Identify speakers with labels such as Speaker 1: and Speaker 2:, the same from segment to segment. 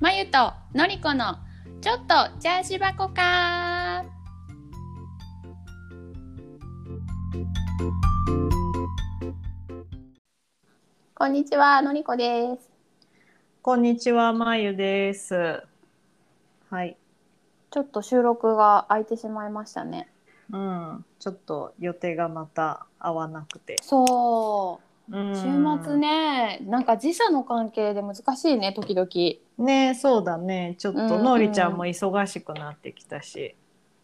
Speaker 1: まゆとのりこのちょっとチャージ箱かこんにちはのりこです
Speaker 2: こんにちは、まゆです。はい。
Speaker 1: ちょっと収録が空いてしまいましたね
Speaker 2: うん。ちょっと予定がまた合わなくて。
Speaker 1: そううん週末。ねなんか時差の関係で難しいね時々
Speaker 2: ねそうだね。ちょっ
Speaker 1: うんう
Speaker 2: と、
Speaker 1: ん
Speaker 2: のりちゃんも忙しくなってきたし。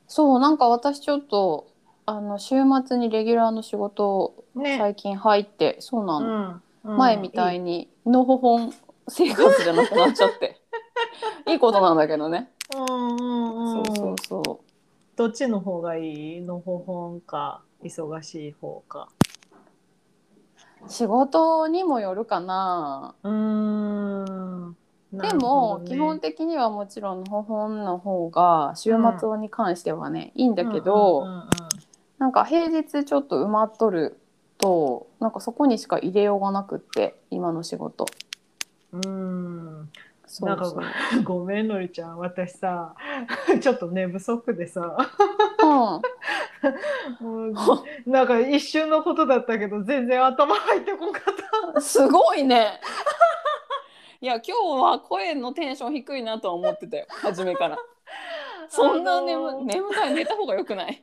Speaker 1: そうなんか私ちょっとあの週末にレギュラーの仕事を
Speaker 2: ね。
Speaker 1: 最近入ってそうな
Speaker 2: う
Speaker 1: の、
Speaker 2: ん。うん
Speaker 1: 前みたい。にのほほん生活じゃなくなっちゃって いいことなんだけどね、
Speaker 2: うんうんうん。
Speaker 1: そうそうそう
Speaker 2: どっちの方がいいのほほんか、忙しい方か。
Speaker 1: 仕事にもよるかな
Speaker 2: うーん。
Speaker 1: でも、基本
Speaker 2: 的
Speaker 1: 的にはもちろんのほほんの方が週末に関してはね、いいんだけど、
Speaker 2: うんうんうん
Speaker 1: なんか平日ちょっと埋まっとるとなんかそこにしか入れようがなくって今の仕事
Speaker 2: うん。うん
Speaker 1: そ
Speaker 2: な
Speaker 1: うんそう
Speaker 2: か ごめんのりちゃん私さ ちょっと寝不足で さ
Speaker 1: うん
Speaker 2: もうなんか一瞬のことだったけど全然頭入ってこんかった
Speaker 1: すごいね。いや今日は声のテンション低いなとは思ってたよ初めから。そんな眠,、
Speaker 2: あのー
Speaker 1: 眠たい寝た方が良くない。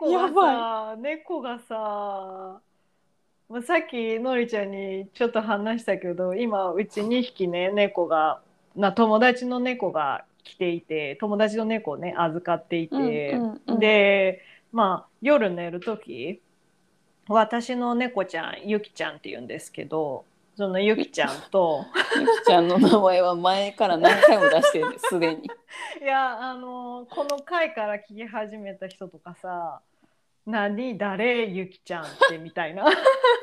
Speaker 2: 猫がさ猫がさもうさっきのりちゃんにちょっと話したけど今うち2匹ね猫がな友達の猫が来ていて友達の猫をね預かっていて。
Speaker 1: うんうんうん、
Speaker 2: で、まあ、夜寝る時私の猫ちゃんゆきちゃんって言うんですけどそのゆきちゃん と
Speaker 1: ゆきちゃんの名前は前から何回も出してるすでに。
Speaker 2: いやあのこの回から聞き始めた人とかさ「何誰ゆきちゃんって」みたいな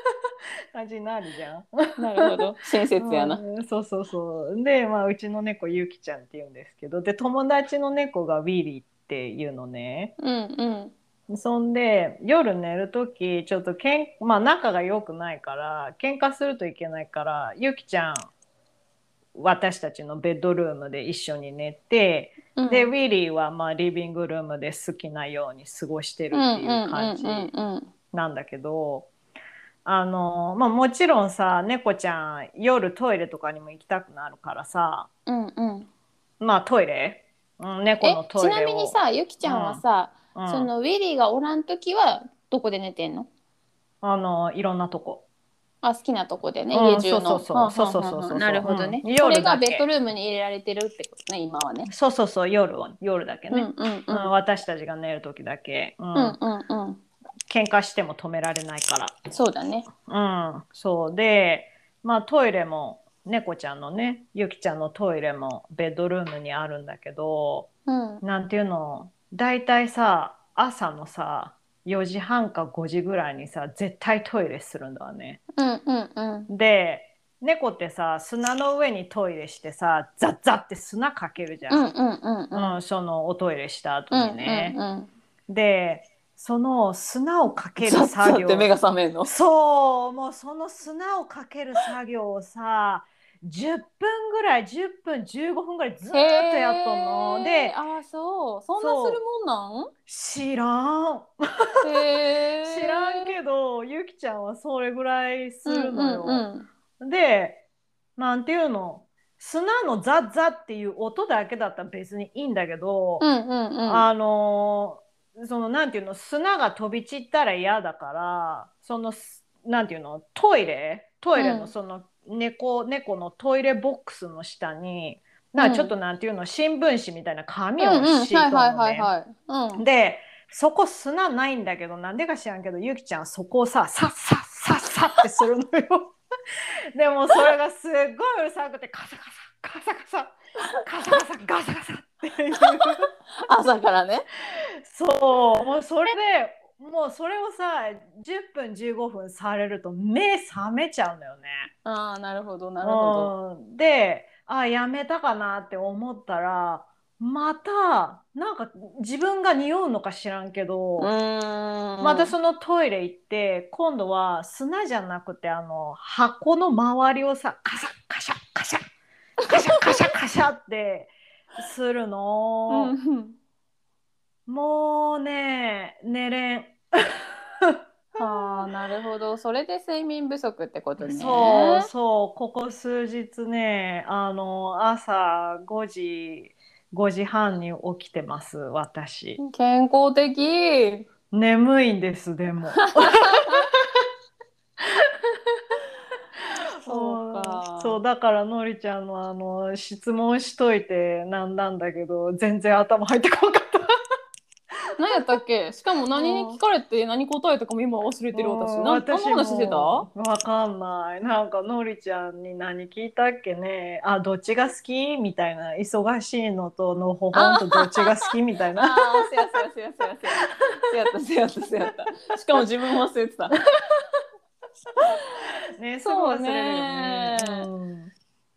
Speaker 2: 感じになるじゃん。
Speaker 1: なるほど親切やな。
Speaker 2: うんそうそうそうで、まあ、うちの猫ゆきちゃんって言うんですけどで友達の猫がウィリーっていうのね。
Speaker 1: うんうん
Speaker 2: そんで夜寝る時ちょっとけん、まあ、仲が良くないから喧嘩するといけないからゆきちゃん私たちのベッドルームで一緒に寝て、
Speaker 1: うん。
Speaker 2: で
Speaker 1: う
Speaker 2: ウ
Speaker 1: ん
Speaker 2: ィリーはまあリビングルームで好きなように過ごしてるっていう感じ
Speaker 1: うんうんうん
Speaker 2: なんだけど、あのまあ、もちろんさ猫ちゃん夜トイレとかにも行きたくなるからさ
Speaker 1: うんうんうん。
Speaker 2: まあトイレ、うん、猫
Speaker 1: え
Speaker 2: のト
Speaker 1: ち
Speaker 2: イレ
Speaker 1: な
Speaker 2: を
Speaker 1: みにさゆきちゃんはさ、
Speaker 2: うん
Speaker 1: そのウィリーがおらん時はどこで寝てんの？
Speaker 2: あのいろんなとこ。
Speaker 1: あ好きなとこでね、
Speaker 2: うん
Speaker 1: 家中の。
Speaker 2: そうそうそうん
Speaker 1: んんん
Speaker 2: そうそうそうそう
Speaker 1: なるほどね。
Speaker 2: うん
Speaker 1: これが
Speaker 2: 夜だけ
Speaker 1: ベッドルームに入れられてるってことね、今はね。
Speaker 2: そうそうそう夜は夜だけ
Speaker 1: うんう
Speaker 2: ね、
Speaker 1: んうん
Speaker 2: うん私たちが寝る時だけ、うん
Speaker 1: うんうんうん。
Speaker 2: 喧嘩しても止められないか
Speaker 1: そうだね。
Speaker 2: ら、うん、そうで、まあ、トイレも猫ちゃんのねゆきちゃんのトイレもベッドルームにあるんだけど
Speaker 1: うん。
Speaker 2: なんていうの大体さ朝のさ4時半か5時ぐらいにさ絶対トイレするんだわね。
Speaker 1: うんうんうん。
Speaker 2: で猫ってさ砂の上にトイレしてさザッザッって砂かけるじゃ、
Speaker 1: うんんうんうんうん。
Speaker 2: うん、そのおトイレした後
Speaker 1: うん
Speaker 2: にね。
Speaker 1: うん
Speaker 2: でその砂をか
Speaker 1: う
Speaker 2: け
Speaker 1: ん。
Speaker 2: る
Speaker 1: さっさっ
Speaker 2: 作業
Speaker 1: て目が覚めるの。
Speaker 2: そうもうその砂をかける作業をさ10分ぐらい10分15分ぐらいずーっとやっとんの
Speaker 1: へー
Speaker 2: で
Speaker 1: あーそう。そんなするもん
Speaker 2: 知らん
Speaker 1: なん？へー
Speaker 2: 知らんけどゆきちゃんはそれぐらいするのよ、
Speaker 1: うんうんうん。
Speaker 2: でなんていうの砂のザッザッっていう音だけだったら別にいいんだけど、
Speaker 1: うんうんうん。
Speaker 2: あのーそのなんていうの砂が飛び散ったら嫌だからそのすなんていうのトイレトイレ
Speaker 1: うん
Speaker 2: のその猫、猫のトイレボックスの下にな
Speaker 1: う
Speaker 2: ん
Speaker 1: ん
Speaker 2: かちょっとなんていうの新聞紙みたいな紙を
Speaker 1: うんうん。
Speaker 2: 敷い
Speaker 1: は
Speaker 2: と
Speaker 1: い
Speaker 2: ん
Speaker 1: はい
Speaker 2: の
Speaker 1: はい
Speaker 2: ね。
Speaker 1: はい。うん。
Speaker 2: でそこ砂ないんだけどなんでか知らんけどゆきちゃんそこをささっさっさっさってするのよ。 でもそれがすっごいうるさくてカサカサカサカサカサカサガサガサっていう。
Speaker 1: 朝からね。
Speaker 2: そうもうそれでもうそれをさ10分15分されると目覚めちゃうんだよね。
Speaker 1: ああなるほどなるほ
Speaker 2: うんであやめたかなって思ったらまたなんか自分が匂うのか知らんけど、
Speaker 1: ど。うーん。
Speaker 2: またそのトイレ行って今度は砂じゃなくてあの箱の周りをさカシャッカシャッカシャカシャカシャカシャってするの、
Speaker 1: ん
Speaker 2: もうね寝れん
Speaker 1: ああなるほどそれで睡眠不足ってことね
Speaker 2: そうそうここ数日ねあの朝5時5時半に起きてます私
Speaker 1: 健康的
Speaker 2: 眠いんですでも
Speaker 1: そうか
Speaker 2: そうだからのりちゃんのあの質問しといてなんなんだけど全然頭入ってこなかった
Speaker 1: 何やったっけ しかも何に聞かれて何答えとかも今忘れてる私
Speaker 2: うん
Speaker 1: 何の話してた
Speaker 2: もわかんないなんかのりちゃんに何聞いたっけねあどっちが好きみたいな忙しいのとのほほんとどっちが好きみた いな
Speaker 1: ああせやせやせやせやせやせやったせやったせやったしかも自分忘れてた
Speaker 2: ねすごい忘れるよね
Speaker 1: そうね
Speaker 2: うん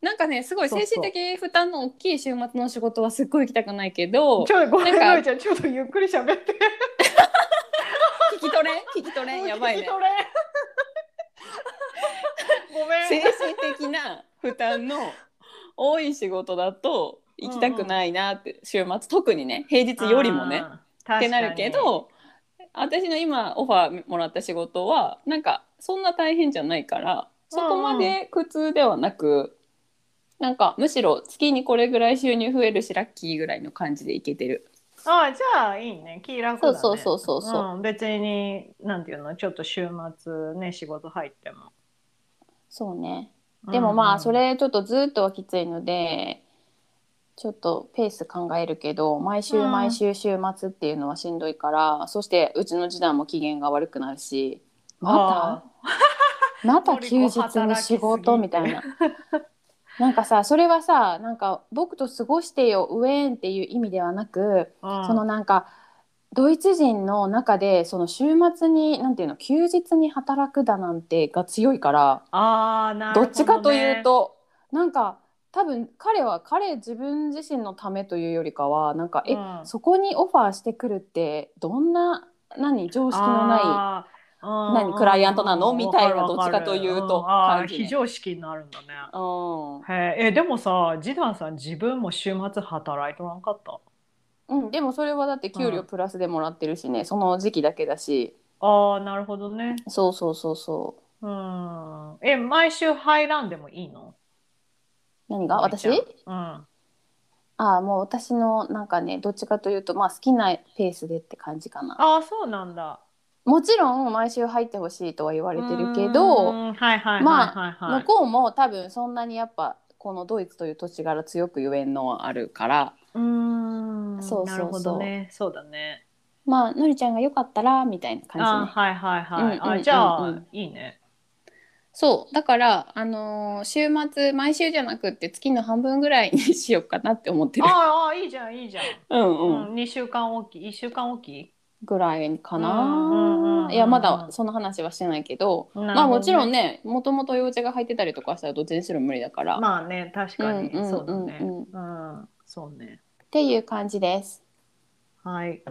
Speaker 1: なんかねすごい
Speaker 2: そう
Speaker 1: 精
Speaker 2: そう
Speaker 1: 神的負担の大きい週末の仕事はすっごい行きたくないけど
Speaker 2: ちょっとごめん
Speaker 1: なんか
Speaker 2: のりちゃんちょっとゆっくり喋って
Speaker 1: 聞き取れん聞き取れんやばい
Speaker 2: 聞き
Speaker 1: ね
Speaker 2: 取 れんごめん
Speaker 1: 精神的な負担の多い仕事だと行きたくないなって、週末特にね平日よりもね
Speaker 2: あー
Speaker 1: ってなるけど私の今オファーもらった仕事はなんかそんな大変じゃないからそこまで苦痛ではなく、なんかむしろ月にこれぐらい収入増えるしラッキーぐらいの感じでいけてる
Speaker 2: 確かにあーじゃあいいね気楽だね
Speaker 1: そうそうそうそうそ
Speaker 2: ん、別になんていうのちょっと週末ね仕事入っても
Speaker 1: そうねでもまあそ、れちょっとずっとはきついのでちょっとペース考えるけど毎週
Speaker 2: うん
Speaker 1: 毎週週末っていうのはしんどいから、そしてうちの次男も機嫌が悪くなるしまたまた休日に仕事みたいな。なんかさそれはさなんか僕と過ごしてよウェーンっていう意味ではなく、
Speaker 2: うん
Speaker 1: そのなんかドイツ人の中でその週末になんていうの休日に働くだなんてが強いから。
Speaker 2: あーなるほ
Speaker 1: ど
Speaker 2: ね
Speaker 1: っちかというとなんか多分彼は彼自分自身のためというよりかはなんか、え
Speaker 2: うん
Speaker 1: そこにオファーしてくるってどんな何常識のない
Speaker 2: あー
Speaker 1: 何
Speaker 2: うん
Speaker 1: クライアントなの
Speaker 2: うん
Speaker 1: みたいな
Speaker 2: わかるわかる
Speaker 1: どっちかというと
Speaker 2: んあー
Speaker 1: 感じね
Speaker 2: 非常識になるんだね
Speaker 1: うん、
Speaker 2: へーえでもさ次男さん自分も週末働いとらんかった
Speaker 1: うん、でもそれはだって給
Speaker 2: う
Speaker 1: 料
Speaker 2: ん
Speaker 1: プラスでもらってるしね、その時期だけだし
Speaker 2: ああなるほどね
Speaker 1: そうそうそうそう
Speaker 2: うんえ毎週入らんでもいいの
Speaker 1: 何が私
Speaker 2: みーちゃん
Speaker 1: ああもう私のなんかねどっちかというとまあ好きなペースでって感じかな
Speaker 2: ああそうなんだ
Speaker 1: もちろん毎週入ってほしいとは言われてるけど
Speaker 2: うんはいはいはいはい、はい
Speaker 1: 向こうも多分そんなにやっぱこのドイツという土地柄強くゆえんのはあるから
Speaker 2: うーん
Speaker 1: そうそうそう
Speaker 2: なるほどねそうだね
Speaker 1: まあのりちゃんがよかったらみたいな
Speaker 2: あ
Speaker 1: 感じね
Speaker 2: ーはいはいはい、
Speaker 1: うんうんうんうん
Speaker 2: あじゃあいいね
Speaker 1: そうだからあのー週末毎週じゃなくって月の半分ぐらいにしようかなって思ってる
Speaker 2: あーあーいいじゃんいいじゃん、
Speaker 1: うん
Speaker 2: う
Speaker 1: うん、
Speaker 2: ん、2週間おき1週間おき
Speaker 1: ぐらいか
Speaker 2: うんうんうん
Speaker 1: な
Speaker 2: う
Speaker 1: んいやまだその話はしてないけどまあもちろんねもともと用事が入ってたりとかしたらどっちにしろ無理だから、
Speaker 2: まあね確かに、
Speaker 1: うんうんうんうん
Speaker 2: そうだねうんそうね
Speaker 1: っていう感じです
Speaker 2: はい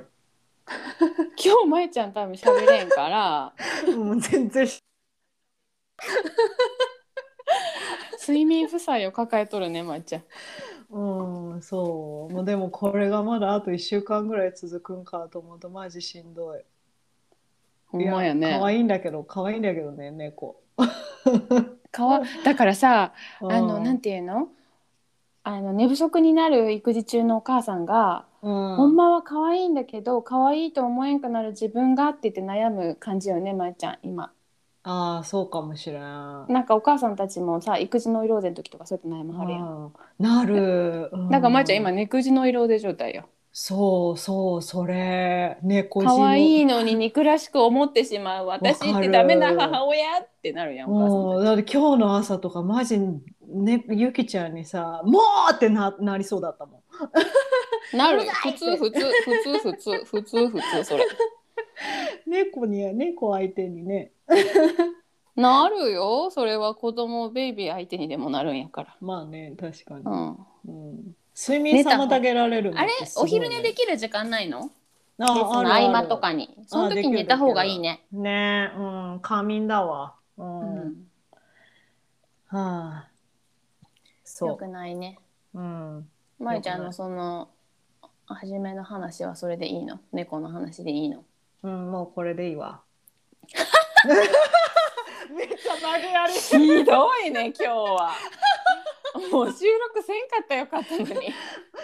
Speaker 1: 今日まえちゃん多分喋れんから
Speaker 2: もう全然し
Speaker 1: 睡眠負債を抱えとるねまえちゃん
Speaker 2: うんそうもうでもこれがまだあと1週間ぐらい続くんかと思うとマジしんどい
Speaker 1: ほんまや
Speaker 2: い
Speaker 1: ね
Speaker 2: や可愛いんだけど可愛いんだけどね猫
Speaker 1: かわだからさ
Speaker 2: あ
Speaker 1: あのなんていうのあの寝不足になる育児中のお母さんが、
Speaker 2: うん
Speaker 1: ほんまは可愛いんだけど可愛いと思えんくなる自分がって言って悩む感じよねまえちゃん今
Speaker 2: ああそうかもしれん
Speaker 1: なんかお母さんたちもさ育児ノイローゼの時とかそうやって悩まはるやん、
Speaker 2: うんなる、う
Speaker 1: だからまえちゃん今肉児ノイローゼ状態よ
Speaker 2: そうそうそれ猫汁
Speaker 1: 可愛いのに憎らしく思ってしまう私
Speaker 2: わ
Speaker 1: っ
Speaker 2: か
Speaker 1: て
Speaker 2: る
Speaker 1: ダメな母親ってなるやんお母さんたち
Speaker 2: うんだって今日の朝とかマジねゆきちゃんにさ「もう!」ってななりそうだったもん
Speaker 1: なる
Speaker 2: うるさい
Speaker 1: 普
Speaker 2: って
Speaker 1: 通普通普通普通普通普通それ
Speaker 2: 猫に猫相手にね
Speaker 1: なるよそれは子供ベイビー相手にでもなるんやから
Speaker 2: まあね確かに、
Speaker 1: うん
Speaker 2: うん睡眠妨げられるの
Speaker 1: あれ
Speaker 2: ってすご
Speaker 1: お
Speaker 2: いね
Speaker 1: 昼寝できる時間ないのレ
Speaker 2: あ
Speaker 1: ッスン
Speaker 2: あ
Speaker 1: の
Speaker 2: るあ
Speaker 1: 合
Speaker 2: る
Speaker 1: 間とかにその
Speaker 2: で
Speaker 1: 時
Speaker 2: き
Speaker 1: に
Speaker 2: る
Speaker 1: 寝た方がいいね
Speaker 2: ねえうん仮眠だわう、
Speaker 1: うん
Speaker 2: は
Speaker 1: ん
Speaker 2: あ
Speaker 1: よ
Speaker 2: そ
Speaker 1: くないね。
Speaker 2: う。うん。
Speaker 1: まゆちゃん
Speaker 2: よ
Speaker 1: の
Speaker 2: く
Speaker 1: その初めの話はそれでいいの猫の話でいいの
Speaker 2: うん、もうこれでい いわ。めっちゃ投げやり。
Speaker 1: ひどいね今日は。もう収録せんかったらよかったのに。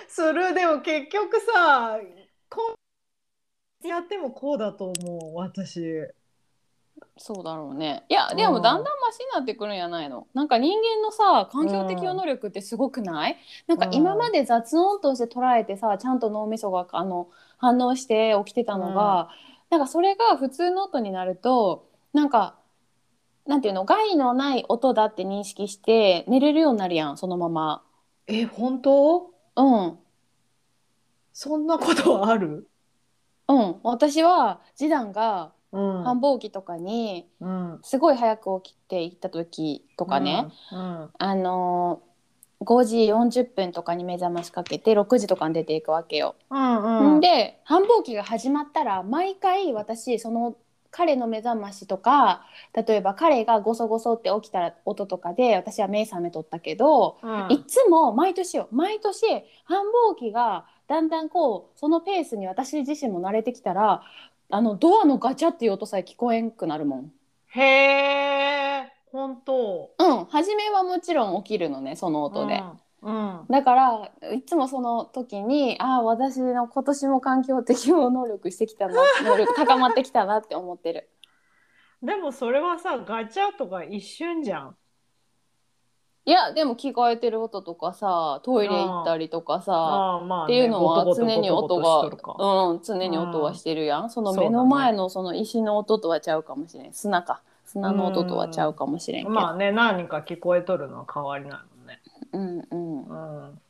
Speaker 2: するでも結局さ、こうやってもこうだと思う私。
Speaker 1: そうだろうね。いやでもだんだんマシになってくるんやないの。なんか人間のさ環境適応能力ってすごくない？なんか今まで雑音として捉えてさちゃんと脳みそがあの反応して起きてたのが、なんかそれが普通の音になるとなんかなんていうの害のない音だって認識して寝れるようになるやんそのまま。
Speaker 2: え、本当？
Speaker 1: うん。
Speaker 2: そんなことはある？
Speaker 1: うん、私は次男が
Speaker 2: うん
Speaker 1: 繁忙期とかに
Speaker 2: うん。
Speaker 1: すごい早く起きて行った時と
Speaker 2: と
Speaker 1: かね、。
Speaker 2: うん。
Speaker 1: あのー5時40分とかに目覚ましかけて6時とかに出ていくわけよ。
Speaker 2: うんうん。
Speaker 1: で繁忙期が始まったら毎回私その彼の目覚ましとか例えば彼がゴソゴソって起きたら音とかで私は目覚めとったけど、
Speaker 2: うん
Speaker 1: いつも毎年よ毎年繁忙期がだんだんこうそのペースに私自身も慣れてきたらあのドアのガチャっていう音さえ聞こえんくなるもん。
Speaker 2: へえ、本当。
Speaker 1: うん、初めはもちろん起きるのねその音で。
Speaker 2: うん。うん。
Speaker 1: だからいつもその時にああ私の今年も環境適応能力してきたな能力高まってきたなって思ってる
Speaker 2: でもそれはさ、ガチャとか一瞬じゃん。
Speaker 1: いやでも着替えてる音とかさトイレ行ったりとかさ
Speaker 2: ああ、まあ、
Speaker 1: っていうのは
Speaker 2: ゴト
Speaker 1: 常
Speaker 2: ゴト
Speaker 1: に
Speaker 2: ゴト
Speaker 1: 音
Speaker 2: ゴトし
Speaker 1: が
Speaker 2: とるか
Speaker 1: うん常に音はしてるやんその目の前のその石の音とはちゃうかもしれん砂か砂の音とはちゃうかもしれんけど
Speaker 2: まあね、何か聞こえとるのは変わりないもんね。
Speaker 1: うんうん
Speaker 2: うん。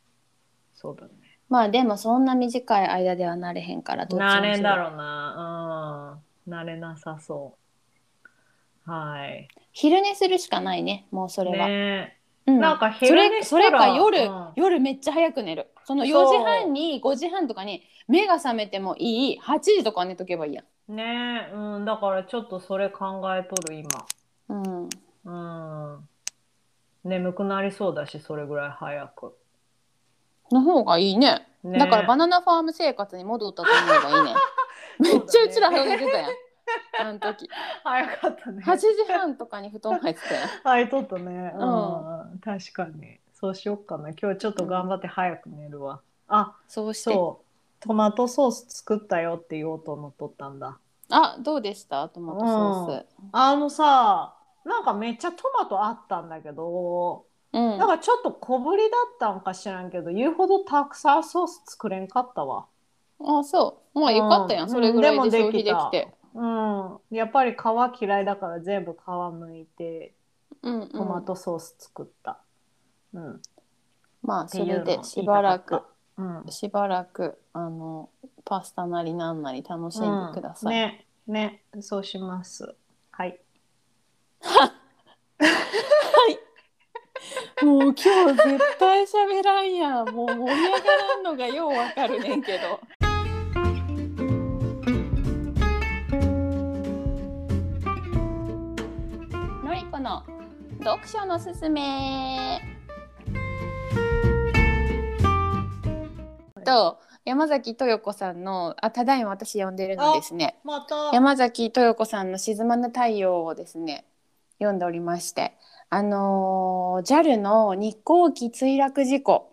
Speaker 2: そうだね。
Speaker 1: まあでもそんな短い間ではなれへんからどっちにし
Speaker 2: 慣
Speaker 1: ろ
Speaker 2: れんだろうな。うん。慣れなさそう。はい。
Speaker 1: 昼寝するしかないねもうそれは、
Speaker 2: ね
Speaker 1: うん
Speaker 2: なんか
Speaker 1: そ
Speaker 2: 昼
Speaker 1: れ
Speaker 2: 寝し
Speaker 1: そ
Speaker 2: た
Speaker 1: れ
Speaker 2: ら
Speaker 1: か夜、
Speaker 2: うん
Speaker 1: 夜めっちゃ早く寝るその4
Speaker 2: そう
Speaker 1: 時半に5時半とかに目が覚めてもいい8時とか寝とけばいいやん、
Speaker 2: ねえ、うん。だからちょっとそれ考えとる今。
Speaker 1: うん、
Speaker 2: うん。眠くなりそうだし、それぐらい早く。
Speaker 1: の方がいいね
Speaker 2: ね
Speaker 1: だからバナナファーム生活に戻ったと 思えばいいねめっちゃうちら早寝てたやんあの時
Speaker 2: 早かったね。
Speaker 1: 8時半とかに布団入ってたやん
Speaker 2: はい、とったね。う
Speaker 1: うん
Speaker 2: ん、確かに。そうしよっかな。今日ちょっと頑張って早く寝るわ。あ、
Speaker 1: そうして
Speaker 2: そう。トマトソース作ったよって言おうと思っとったんだ。
Speaker 1: あどうでしたトマトソース
Speaker 2: あのさ、なんかめっちゃトマトあったんだけど、
Speaker 1: うん
Speaker 2: なんかちょっと小ぶりだったんか知らんけど、言うほどたくさんソース作れんかったわ。
Speaker 1: あそうまあよかったやん、
Speaker 2: うん
Speaker 1: それぐらい
Speaker 2: うん
Speaker 1: で
Speaker 2: で
Speaker 1: 消
Speaker 2: も
Speaker 1: 費
Speaker 2: でき
Speaker 1: で
Speaker 2: た
Speaker 1: きて
Speaker 2: うん。やっぱり皮嫌いだから全部皮むいて、
Speaker 1: うんうん
Speaker 2: トマトソース作った。うん。
Speaker 1: まあ
Speaker 2: って
Speaker 1: そ
Speaker 2: いう
Speaker 1: れ
Speaker 2: のを言い
Speaker 1: で
Speaker 2: たかった
Speaker 1: しばらく。
Speaker 2: うん。
Speaker 1: しばらくあのパスタなりなんなり楽しんでください。
Speaker 2: うんねねそうしますはい
Speaker 1: もう今日絶対喋らんやん。もう盛り上がらんのがようわかるねんけど。のりこの読書のすすめ。と山崎豊子さんのあただいま私読んでるのですね。
Speaker 2: また
Speaker 1: 山崎豊子さんの「沈まぬ太陽」をですね読んでおりましてあのー JAL の日航機墜落事故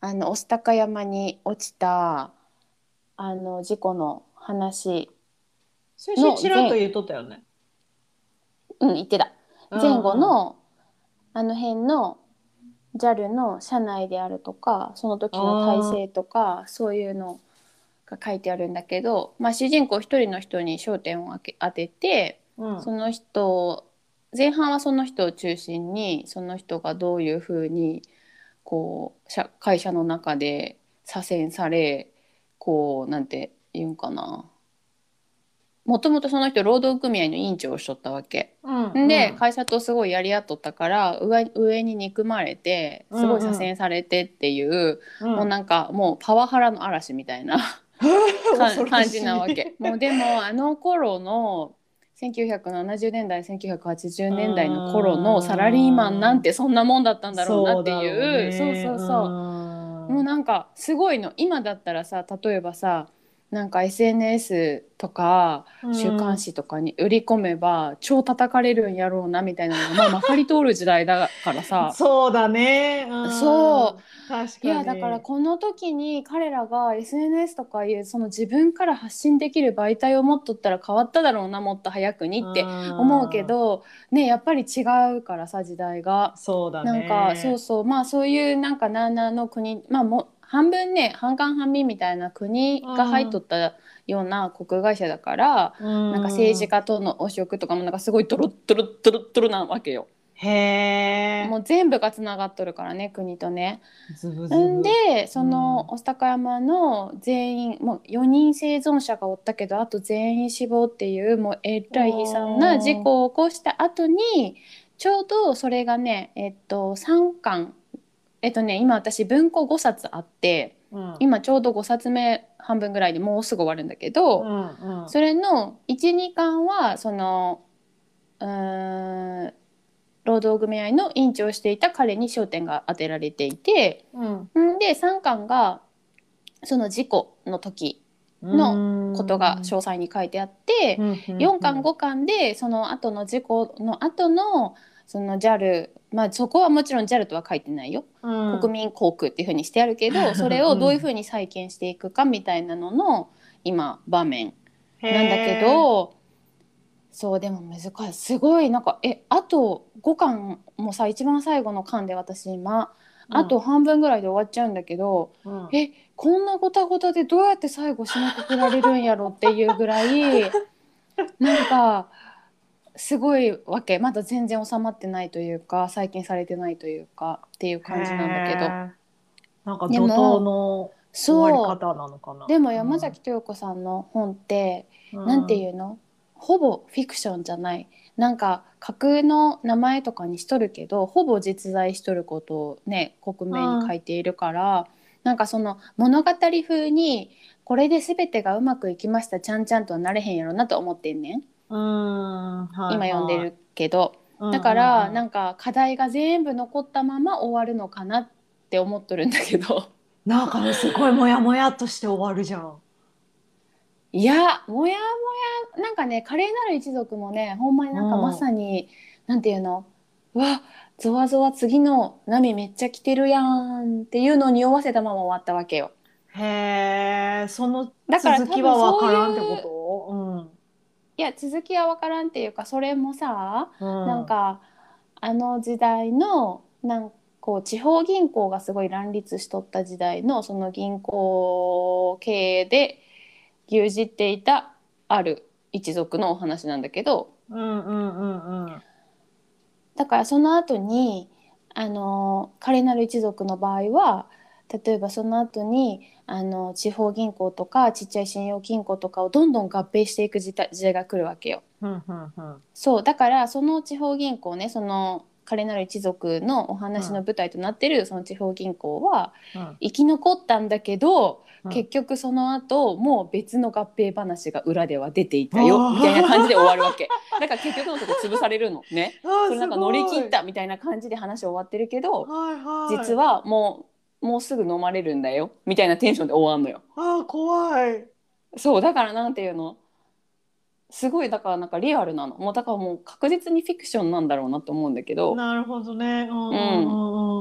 Speaker 1: あの御巣鷹山に落ちたあの事故の話、
Speaker 2: 先週ちらっと言っとったよね
Speaker 1: うん、言ってた前後のあの辺の JAL の社内であるとかその時の体制とかそういうのが書いてあるんだけど、まあ、主人公一人の人に焦点をあけ当てて
Speaker 2: うんうん
Speaker 1: その人前半はその人を中心にその人がどういうふうにこう社会社の中で左遷されこうなんて言うんかなもともとその人労働組合の委員長をしとったわけ
Speaker 2: うん
Speaker 1: で、会社とすごいやり合っとったから上上に憎まれてすごい左遷されてっていう、
Speaker 2: うん
Speaker 1: もうなんかもうパワハラの嵐みたいな。
Speaker 2: 恐ろしい
Speaker 1: 感感じなわけ。もうでもあの頃の1970年代1980年代の頃のサラリーマンなんてそんなもんだったんだろうなっていうそうそうそうもうなんかすごいの今だったらさ例えばさなんか SNS とか
Speaker 2: うん
Speaker 1: 週刊誌とかに売り込めば超叩かれるんやろうなみたいなのがもうまかり通る時代だから さ
Speaker 2: そうだね、うん
Speaker 1: そ
Speaker 2: 確か
Speaker 1: い
Speaker 2: に
Speaker 1: やだからこの時に彼らが SNS とかいうその自分から発信できる媒体を持っとったら変わっただろうなもっと早くにって思うけどねやっぱり違うからさ時代が。
Speaker 2: そうだ
Speaker 1: な
Speaker 2: ね
Speaker 1: んかそうそうまあそういうなんかなあなあの国まあもう半分ね半官半民みたいな国が入っとったような航空会社だから、
Speaker 2: うん
Speaker 1: なんか政治家との汚職とかもなんかすごいドロッドロッドロッドロなわけよ。
Speaker 2: へえ
Speaker 1: もう全部がつながっとるからね国とね。
Speaker 2: ずぶずぶ
Speaker 1: んでその御巣鷹山の全員もう4人生存者がおったけどあと全員死亡っていうもうえらい悲惨な事故を起こした後にちょうどそれがねえっと3巻えっとね今私文庫5冊あって
Speaker 2: うん
Speaker 1: 今ちょうど5冊目半分ぐらいでもうすぐ終わるんだけ
Speaker 2: う
Speaker 1: ど、
Speaker 2: んうん
Speaker 1: それの12巻はそのうーん労働組合の委員長をしていた彼に焦点が当てられていて。
Speaker 2: うん
Speaker 1: んで3巻がその事故の時のことが詳細に書いてあって、4巻5巻でその後の事故の後のその JAL まあそこはもちろん JAL とは書いてないよ、国
Speaker 2: 民
Speaker 1: 民航空っていうふうにしてあるけどそれをどういうふうに再建していくかみたいなのの今場面なんだけどそうでも難しいすごいなんかえあと5巻もさ一番最後の巻で私今あと半分ぐらいで終わっちゃうんだけど、
Speaker 2: え
Speaker 1: えこんなごたごたでどうやって最後締めくくられるんやろっていうぐら いなんかすごいわけまだ全然収まってないというか再建されてないというかっていう感じなんだけど
Speaker 2: なんか
Speaker 1: で
Speaker 2: 怒
Speaker 1: も
Speaker 2: 涛の終わ
Speaker 1: そ
Speaker 2: り
Speaker 1: う
Speaker 2: 方なのかな
Speaker 1: でも山崎豊子さんの本ってなんていうのほぼフィクションじゃないなんか架空の名前とかにしとるけどほぼ実在しとることをね克明に書いているから、なんかその物語風にこれで全てがうまくいきましたちゃんちゃんとはなれへんやろなと思ってんねん
Speaker 2: 今
Speaker 1: 今読んでるけどだ
Speaker 2: だ
Speaker 1: からなんん
Speaker 2: か
Speaker 1: か課題が全部残ったまま終わるのかなって思っとるんだけど
Speaker 2: なんかねすごいモヤモヤっとして終わるじゃん
Speaker 1: いやもやもやなんかね華麗なる一族もねほんまになんか
Speaker 2: うん
Speaker 1: まさに、なんていうのうわゾワゾワ次の波めっちゃ来てるやんっていうのを匂わせたまま終わったわけよ。
Speaker 2: へえその
Speaker 1: だから
Speaker 2: 続きはわからんって
Speaker 1: 多分そういう
Speaker 2: こ
Speaker 1: いや続きは分からんっていうかそれもさ
Speaker 2: とうん
Speaker 1: なんかあの時代のなんこう地方銀行がすごい乱立しとった時代のその銀行経営で牛耳っていたある一族のお話なんだけど
Speaker 2: うんうんうんうん
Speaker 1: だからその後にあの彼なる一族の場合は例えばその後にあの地方銀行とかちっちゃい信用金庫とかをどんどん合併していく時代時代が来るわけよ。
Speaker 2: うんうんうん
Speaker 1: そうだからその地方銀行ねその彼なる一族のお話の舞台となってるその地方銀行は
Speaker 2: うん
Speaker 1: 生き残ったんだけど、
Speaker 2: うん
Speaker 1: 結局その後もう別の合併話が裏では出ていたよ
Speaker 2: あー
Speaker 1: みたいな感じで終わるわけだから結局のとこ潰されるのね
Speaker 2: あ
Speaker 1: それなんか乗り切っ
Speaker 2: す
Speaker 1: たみたいな感じで話終わってるけど
Speaker 2: ごいはいはい
Speaker 1: 実はもうもうすぐ飲まれるんだよみたいなテンションで終わん のよ
Speaker 2: あー怖い
Speaker 1: そうだからなんていうのすごいだからなんかリアルなのもうだからもう確実にフィクションなんだろうなと思うんだけど
Speaker 2: なるほどねうんうんう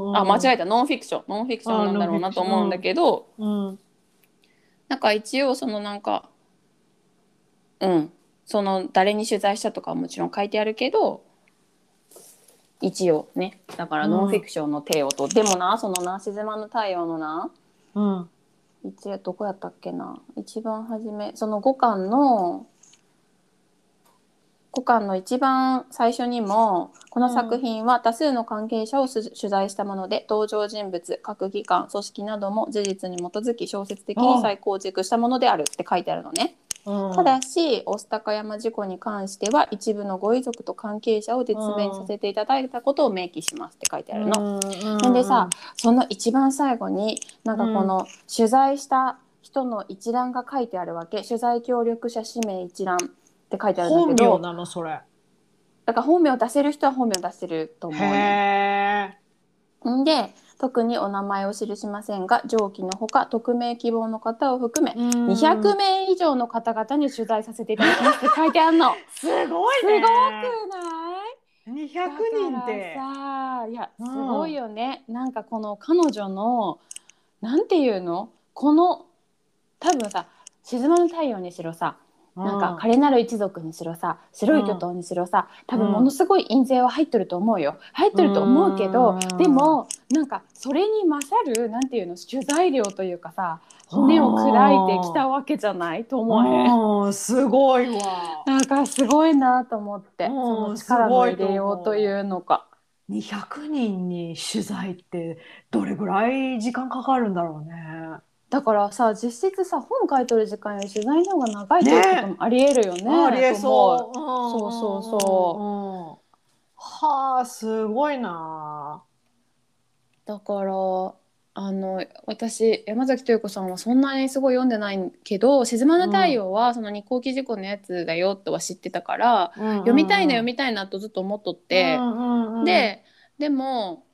Speaker 2: んうん
Speaker 1: あ間
Speaker 2: え
Speaker 1: 違えたノンフィクションノンフィクションなんだろうなと思うんだけど
Speaker 2: うん
Speaker 1: なんか一応そのなんかうんその誰に取材したとかはもちろん書いてあるけど一応ねだからノンフィクションの帝王と、でもなそのな静まの太陽のな
Speaker 2: うん
Speaker 1: 一応どこやったっけな一番初めその5巻の5巻の一番最初にもこの作品は多数の関係者をす取材したもので登場人物各機関組織なども事実に基づき小説的に再構築したものであるって書いてあるのね。
Speaker 2: うん
Speaker 1: ただし御巣鷹山事故に関しては一部のご遺族と関係者を絶命させていただいたことを明記しますって書いてあるの。
Speaker 2: の
Speaker 1: んでさその一番最後になんかこの取材した人の一覧が書いてあるわけ、取材協力者氏名一覧って書いてあるんだ
Speaker 2: 本
Speaker 1: け
Speaker 2: 名
Speaker 1: ど
Speaker 2: なのそれ。
Speaker 1: だから本名を出せる人は本名を出せると思うね
Speaker 2: へえ。
Speaker 1: んで特にお名前を記しませんが上記のほか匿名希望の方を含め200
Speaker 2: 名。
Speaker 1: 名以上の方々に取材させていただきますって書いてあるの。
Speaker 2: すごい
Speaker 1: すご
Speaker 2: ね。
Speaker 1: くない
Speaker 2: 200人って
Speaker 1: だ。からさいや
Speaker 2: うん
Speaker 1: すごいよね、なんかこの彼女のなんていうのこの多分さ「沈まぬ太陽」にしろさ、なんか「
Speaker 2: うん
Speaker 1: 彼なる一族」にしろさ「白い巨塔」にしろさ、多分ものすごい印税は入っとると思うよ入っとると思うけど、
Speaker 2: うん
Speaker 1: でもなんかそれに勝るなんていうの取材料というかさ骨を砕いてきたわけじゃないと思えへん。
Speaker 2: うんすごいわ。
Speaker 1: なんかすごいなと思って、
Speaker 2: う
Speaker 1: そ
Speaker 2: ん
Speaker 1: の力の入れようというのか。
Speaker 2: 200人に取材ってどれぐらい時間かかるんだろうね。
Speaker 1: だからさ実質さ本書いとる時間より取材の方が長いということもありえるよね。
Speaker 2: ありえ
Speaker 1: と思
Speaker 2: そう。
Speaker 1: そうそうそう
Speaker 2: そうん。はあすごいな。
Speaker 1: う。だからあの私山崎豊子さんはそんなにすごい読んでないけど「静まぬ太陽」はその日航機事故のやつだよとは知ってたから、
Speaker 2: 読
Speaker 1: 読みたいな読みたいなとずっと思っとって。ででも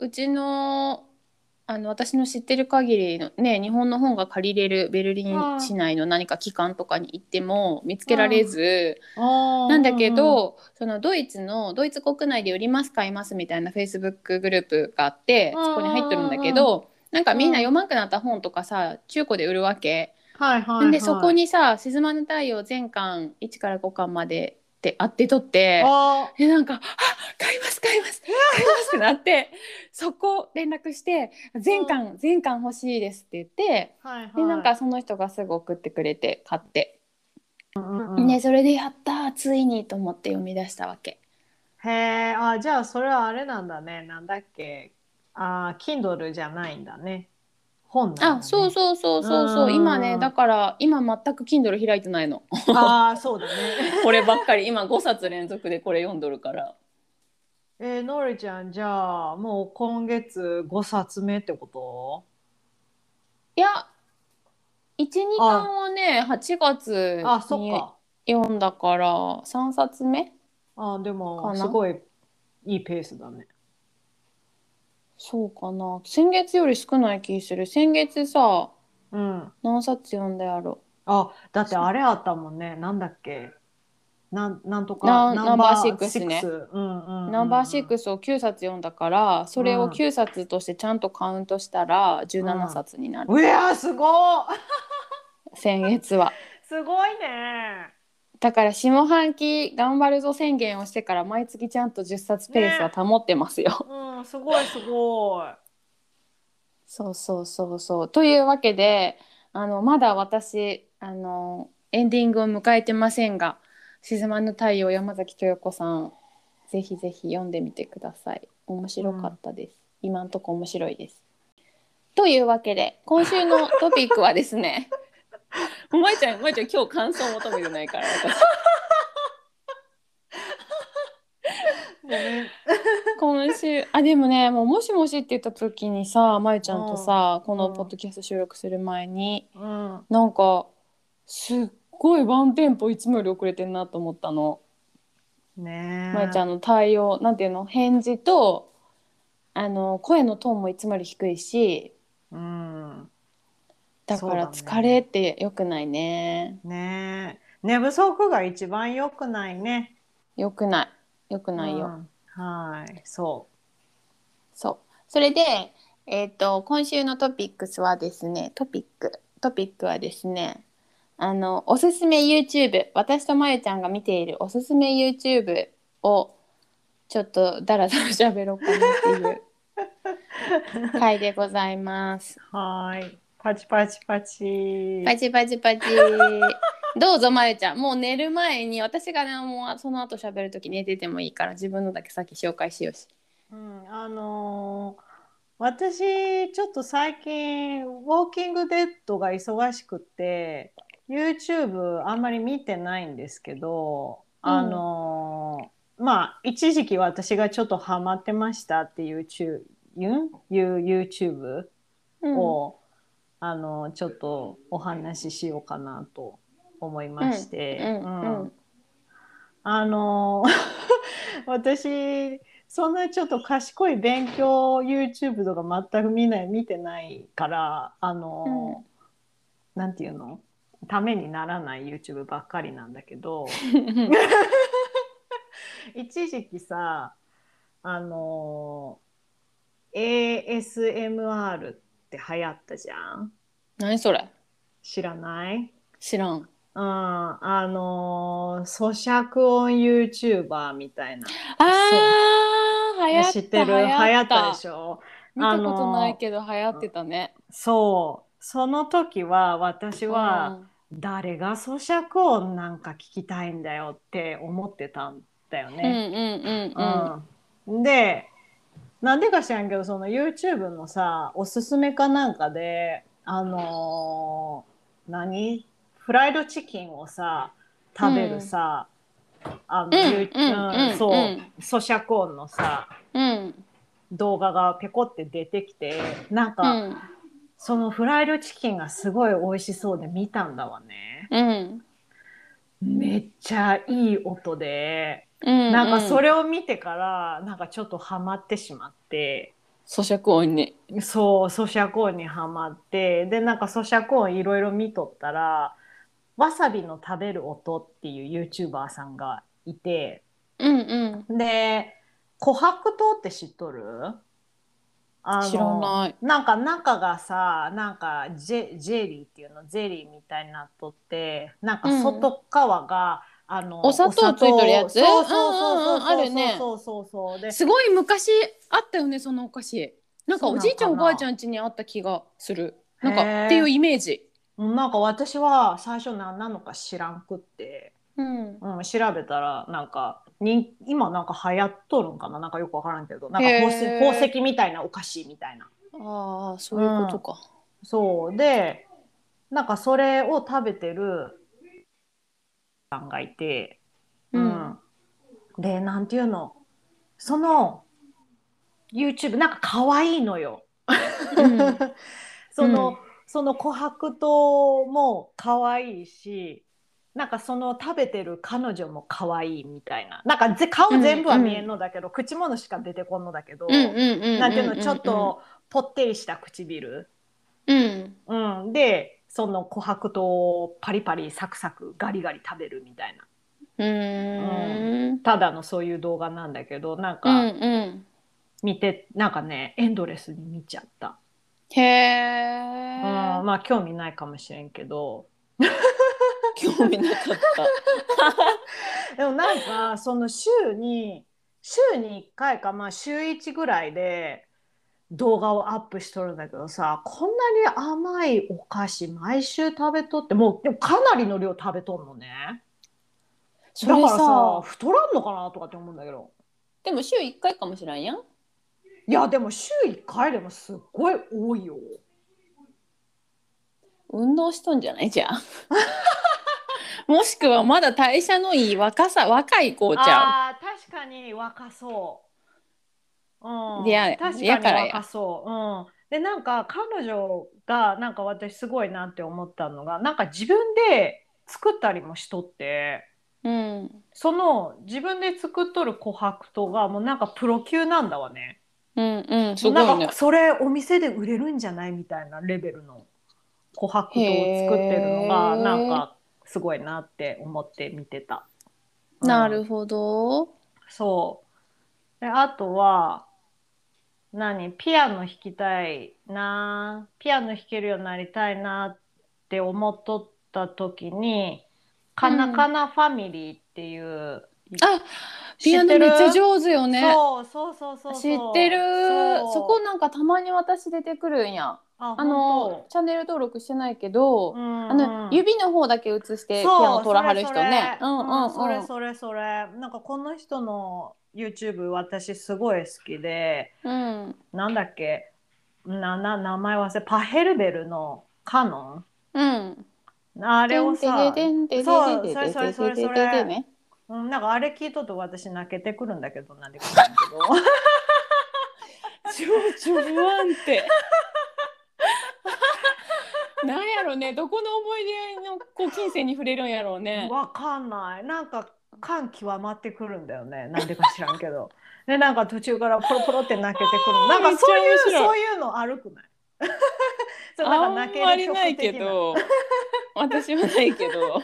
Speaker 1: うちのあの私の知ってる限りのね日本の本が借りれるベルリ
Speaker 2: うん
Speaker 1: ン市内の何か機関とかに行っても見つけられず、
Speaker 2: な
Speaker 1: なんだけど、そのドイツのドイツ国内で売ります買いますみたいなフェイスブックグループがあって
Speaker 2: うん
Speaker 1: そこに入ってるんだけど。なんかみんな読まんくなった本とかさ中古で売るわけ、
Speaker 2: はいはいはい、
Speaker 1: でそこにさ「静まぬ太陽」全巻1から5巻までってあってとって
Speaker 2: あ
Speaker 1: でなんか「あ買います買います買います」ってなってそこ連絡して「全巻、全巻欲しいです」って言って
Speaker 2: ー、はいはい、
Speaker 1: でなんかその人がすぐ送ってくれて買って、
Speaker 2: うんうん
Speaker 1: ねそれで「やったーついに」と思って読み出したわけ。
Speaker 2: へえあじゃあそれはあれなんだねなんだっけあ Kindle じゃないんだね本なんだ、ね、
Speaker 1: あそうそうそうそうそううん今ねだから今全く Kindle 開いてない の
Speaker 2: あーそうだね
Speaker 1: こればっかり今5冊連続でこれ読んどるから
Speaker 2: えー、のりちゃんじゃあもう今月5冊目ってこ
Speaker 1: いや12巻はね8月
Speaker 2: とあそっ
Speaker 1: に
Speaker 2: か
Speaker 1: 読んだから3冊目
Speaker 2: あで
Speaker 1: か
Speaker 2: も
Speaker 1: な
Speaker 2: すごいいいペースだね
Speaker 1: そうかな先月より少ない気する先月さ
Speaker 2: うん
Speaker 1: 何冊読んだやろ
Speaker 2: あだってあれあったもんねなんだっけなんなんと
Speaker 1: な
Speaker 2: か
Speaker 1: んナンバーシックスね
Speaker 2: シックスうんうんうんうん
Speaker 1: ナンバー6を9冊読んだからそれ
Speaker 2: う
Speaker 1: を
Speaker 2: ん
Speaker 1: 9冊としてちゃんとカウントしたら
Speaker 2: うん
Speaker 1: 17冊になる、
Speaker 2: うわーすごー
Speaker 1: 先月は
Speaker 2: すごいね
Speaker 1: だから下半期頑張るぞ宣言をしてから毎月ちゃんと10冊ペースは保ってますよ、
Speaker 2: うんすごいすごい
Speaker 1: そうそうそうそうというわけであのまだ私あのエンディングを迎えてませんが「静まぬ太陽」山崎豊子さんぜひぜひ読んでみてください面白かったです、今んとこ面白いですというわけで今週のトピックはです ね萌えちゃん萌えちゃん今日感想求めてないから私
Speaker 2: ごめん
Speaker 1: 今週あでもねもう「もしもし」って言った時にさまゆちゃんとさ、このポッドキャスト収録する前に、
Speaker 2: うん
Speaker 1: なんかすっごいワンテンポいつもより遅れてんなと思ったの、
Speaker 2: ねえ
Speaker 1: まゆちゃんの対応なんていうの返事とあの声のトーンもいつもより低いし
Speaker 2: うん
Speaker 1: だから
Speaker 2: そうだね
Speaker 1: 疲れってよくないね
Speaker 2: ねえ寝不足が一番良くないね
Speaker 1: よくないよくないよ、
Speaker 2: うんはいそ
Speaker 1: そうそれでえっ、と今週のトピックスはですねトピックトピックはですねあのおすすめ YouTube 私とまゆちゃんが見ているおすすめ YouTube をちょっとだらだら 喋ろうかなっていう回でございます。
Speaker 2: うはいパチパチパチ
Speaker 1: パチパチパチ。どうぞまゆちゃんもう寝る前に私がねもうその後喋る時寝ててもいいから自分のだけ先紹介しようし。
Speaker 2: うん、あのー私ちょっと最近「ウォーキングデッド」が忙しくて YouTube あんまり見てないんですけど、
Speaker 1: うん
Speaker 2: あのーまあ一時期私がちょっとハマってましたっていう YouTube, いう YouTube
Speaker 1: うん
Speaker 2: を、あのーちょっとお話ししようかなと思いまして、
Speaker 1: うんうんうん
Speaker 2: あの 私そんなちょっと賢い勉強 YouTube とか全く見ない見てないからあの、なんていうのためにならない YouTube ばっかりなんだけど一時期さあの ASMR って流行ったじゃん
Speaker 1: 何それ
Speaker 2: 知らない
Speaker 1: 知らん。
Speaker 2: うん、あのー咀嚼音 YouTuber みたいな。
Speaker 1: ああ流行った
Speaker 2: 知ってる流行ったでし
Speaker 1: ょ。
Speaker 2: ょ
Speaker 1: 見たことないけど流行ってたね。
Speaker 2: そう。その時は私は
Speaker 1: うん
Speaker 2: 誰が咀嚼音なんか聞きたいんだよって思ってたんだ
Speaker 1: う
Speaker 2: よ
Speaker 1: んうん
Speaker 2: ね。
Speaker 1: うんうん。
Speaker 2: うんで、なんでか知らんけど、その YouTube のさ、おすすめかなんかで、あのー何フライドチキンをさ、食べるさ、あの、
Speaker 1: うん
Speaker 2: ゆ
Speaker 1: うん
Speaker 2: うんそう、
Speaker 1: うん
Speaker 2: 咀嚼音のさ、
Speaker 1: うん
Speaker 2: 動画がペコって出てきてなん
Speaker 1: う
Speaker 2: か、
Speaker 1: ん
Speaker 2: そのフライドチキンがすごい美味しそうで見たんだわね
Speaker 1: うん
Speaker 2: めっちゃいい音で、
Speaker 1: うん。
Speaker 2: なんかそれを見てからなんかちょっとハマってしまって
Speaker 1: 咀嚼音に。
Speaker 2: そう咀嚼音にはまってでなんか咀嚼音いろいろ見とったらわさびの食べる音っていう YouTuber さんがいて
Speaker 1: うんうん。
Speaker 2: で琥珀糖って知っとるあの
Speaker 1: 知らない。
Speaker 2: なんか中がさなんかジェジェリーっていうのゼリーみたいになっとってなんか外側が、あの
Speaker 1: お砂糖ついてるやつ
Speaker 2: そうそうそうそう
Speaker 1: うんうんうんあるね
Speaker 2: そうそうそうで、
Speaker 1: すごい昔あったよねそのお菓子。なんかおじいちゃん
Speaker 2: そう
Speaker 1: お
Speaker 2: なのかな
Speaker 1: ばあちゃん家にあった気がする。なん
Speaker 2: へ
Speaker 1: か
Speaker 2: ー
Speaker 1: っていうイメージ。
Speaker 2: なんか私は最初何なのか知らんくって、
Speaker 1: うん。
Speaker 2: うん、調べたらなんかに今なんか流行っとるんかななんかよくわからんけどなんか
Speaker 1: へー
Speaker 2: 宝石宝石みたいなお菓子みたいな。
Speaker 1: ああそういうことか。
Speaker 2: そうでなんかそれを食べてるさんがいて、
Speaker 1: うん
Speaker 2: でなんていうのその YouTube なんか可愛い のよ。
Speaker 1: うん
Speaker 2: その、
Speaker 1: うん
Speaker 2: その琥珀糖も可愛いしなんかその食べてる彼女も可愛いみたいななんかぜ顔全部は見えんのだけど、口元しか出てこんのだけど、
Speaker 1: うんうんうん。
Speaker 2: なんていうのちょっ。とぽってりした唇。
Speaker 1: うん。
Speaker 2: うん、でその琥珀糖をパリパリサクサクガリガリ食べるみたいな
Speaker 1: うーん。
Speaker 2: ただのそういう動画なんだけどなん
Speaker 1: う
Speaker 2: か
Speaker 1: んうん。
Speaker 2: 見て、なんかねエンドレスに見ちゃった、
Speaker 1: へ
Speaker 2: うん、
Speaker 1: え。
Speaker 2: まあ興味ないかもしれんけど
Speaker 1: 興味なかった。
Speaker 2: でもなんかその週に週に1回かまあ週1ぐらいで動画をアップしとるんだけどさこんなに甘いお菓子毎週食べとってもうでもかなりの量食べとんのね
Speaker 1: そ
Speaker 2: だか
Speaker 1: れ
Speaker 2: ら
Speaker 1: さ
Speaker 2: さ、太らんのかなとかって思うんだけど。
Speaker 1: でも週一回かもしれんやん。
Speaker 2: いやでも週1回でもすっごい多いよ。
Speaker 1: 運動しとんじゃないじゃん。 もしくはまだ代謝のいい若さ若い子ちゃ
Speaker 2: あー確かに若そう。うん、
Speaker 1: いや
Speaker 2: 確
Speaker 1: やか
Speaker 2: からに
Speaker 1: や
Speaker 2: 若そう。うん、でなんか彼女がなんか私すごいなって思ったのがなんか自分で作ったりもしとって
Speaker 1: う。うん。
Speaker 2: その自分で作っとる琥珀糖がもうなんかプロ級なんだわね。
Speaker 1: うんうん。すごい
Speaker 2: なん
Speaker 1: ね
Speaker 2: か。それお店で売れるんじゃないみたいなレベルの琥珀糖を作ってるのが
Speaker 1: へー
Speaker 2: なんかすごいなって思って見てた。うん
Speaker 1: なるほど。
Speaker 2: そうであとは何ピアノ弾きたいなピアノ弾けるようになりたいなって思っとった時に「かなかなファミリー」っていう、
Speaker 1: あ、
Speaker 2: 知
Speaker 1: ピア
Speaker 2: っ
Speaker 1: ノ
Speaker 2: て
Speaker 1: め
Speaker 2: る
Speaker 1: っちゃ上手よね。
Speaker 2: そうそうそうそうそう
Speaker 1: 知ってる
Speaker 2: う
Speaker 1: そこなんかたまに私出てくるんや
Speaker 2: あ
Speaker 1: あのチャンネル登録してないけど、
Speaker 2: 本当うんうん
Speaker 1: あの指の方だけ映してピアノ取らはる人ね
Speaker 2: そうれ
Speaker 1: んうんうん
Speaker 2: それそれそれなんかこの人の YouTube 私すごい好きで
Speaker 1: うん
Speaker 2: なんだっけなな名前忘れパヘルベルのカノ
Speaker 1: うん
Speaker 2: ンあれをさ
Speaker 1: てんてれ
Speaker 2: そう
Speaker 1: てんてれてんてれ
Speaker 2: それそれそれそれ
Speaker 1: てんてれね
Speaker 2: うんなんかあれ聞いとると私泣けてくるんだけどなんでか知らんけど
Speaker 1: 情緒不安定なんやろうねどこの思い出のこう金銭に触れるんやろうね。
Speaker 2: わかんない。なんか感極まってくるんだよね。なんでか知らんけど。ね、なんか途中からポロポロって泣けてくる。なんかそうい
Speaker 1: めっ
Speaker 2: う、
Speaker 1: ちゃ面白い
Speaker 2: そういうのあるくない。 そう
Speaker 1: あ
Speaker 2: なん
Speaker 1: ん
Speaker 2: か
Speaker 1: ま
Speaker 2: 泣ける
Speaker 1: り
Speaker 2: 曲
Speaker 1: ないけ
Speaker 2: 的な。
Speaker 1: ど私はないけど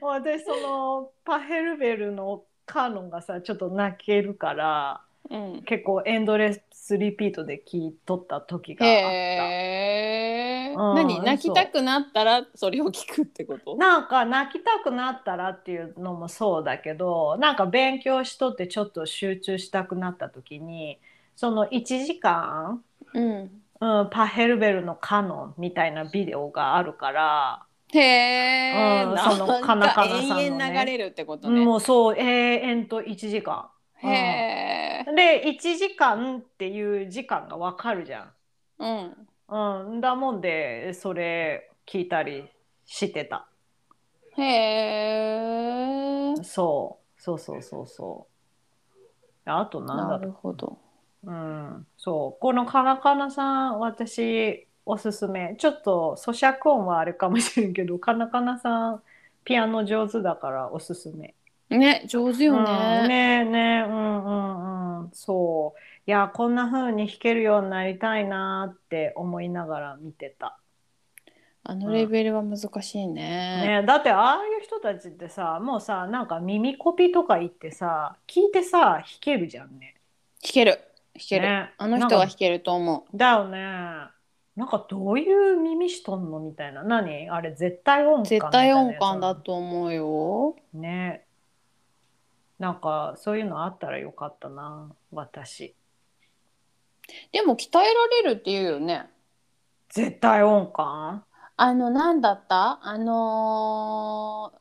Speaker 2: 私そのパヘルベルのカーノンがさちょっと泣けるから
Speaker 1: うん
Speaker 2: 結構エンドレスリピートで聞いとった時があった。
Speaker 1: へえ
Speaker 2: うん
Speaker 1: 何泣きたくなったらそれを聞くってこと
Speaker 2: なんか泣きたくなったらっていうのもそうだけどなんか勉強しとってちょっと集中したくなった時にその1時間、
Speaker 1: うん
Speaker 2: うん、パヘルベルのカノンみたいなビデオがあるから、
Speaker 1: へえ、
Speaker 2: うん
Speaker 1: なん
Speaker 2: そのかなかなさんのね
Speaker 1: 永遠流れるってことね、
Speaker 2: もうそう永遠と1時間。うん
Speaker 1: へえ
Speaker 2: で1時間っていう時間がわかるじゃん。
Speaker 1: うん
Speaker 2: うん、だもんでそれ聞いたりしてた
Speaker 1: へえ
Speaker 2: そうそうそうそうそうあとなんだ
Speaker 1: な
Speaker 2: ろ
Speaker 1: るほど
Speaker 2: う、うん、そうこのカナカナさん私おすすめちょっと咀嚼音はあれかもしれんけどカナカナさんピアノ上手だからおすすめ
Speaker 1: ね上手よ
Speaker 2: うん、
Speaker 1: ね,、
Speaker 2: ねえねえうんうんうんそういやこんな風に弾けるようになりたいなって思いながら見てた
Speaker 1: あのレベルは難しいね,、
Speaker 2: ね、だってああいう人たちってさもうさなんか耳コピとか言ってさ聞いてさ弾けるじゃんね。
Speaker 1: 弾ける弾ける、
Speaker 2: ね
Speaker 1: あの
Speaker 2: なん
Speaker 1: 人
Speaker 2: か
Speaker 1: は弾けると思う
Speaker 2: だよね。なんかどういう耳しとんのみたいな何あれ絶対音感みたいな
Speaker 1: 絶対音感だと思うよ
Speaker 2: ねなんかそういうのあったらよかったな私
Speaker 1: でも鍛えられるって言うよね
Speaker 2: 絶対音感
Speaker 1: あの何だったあの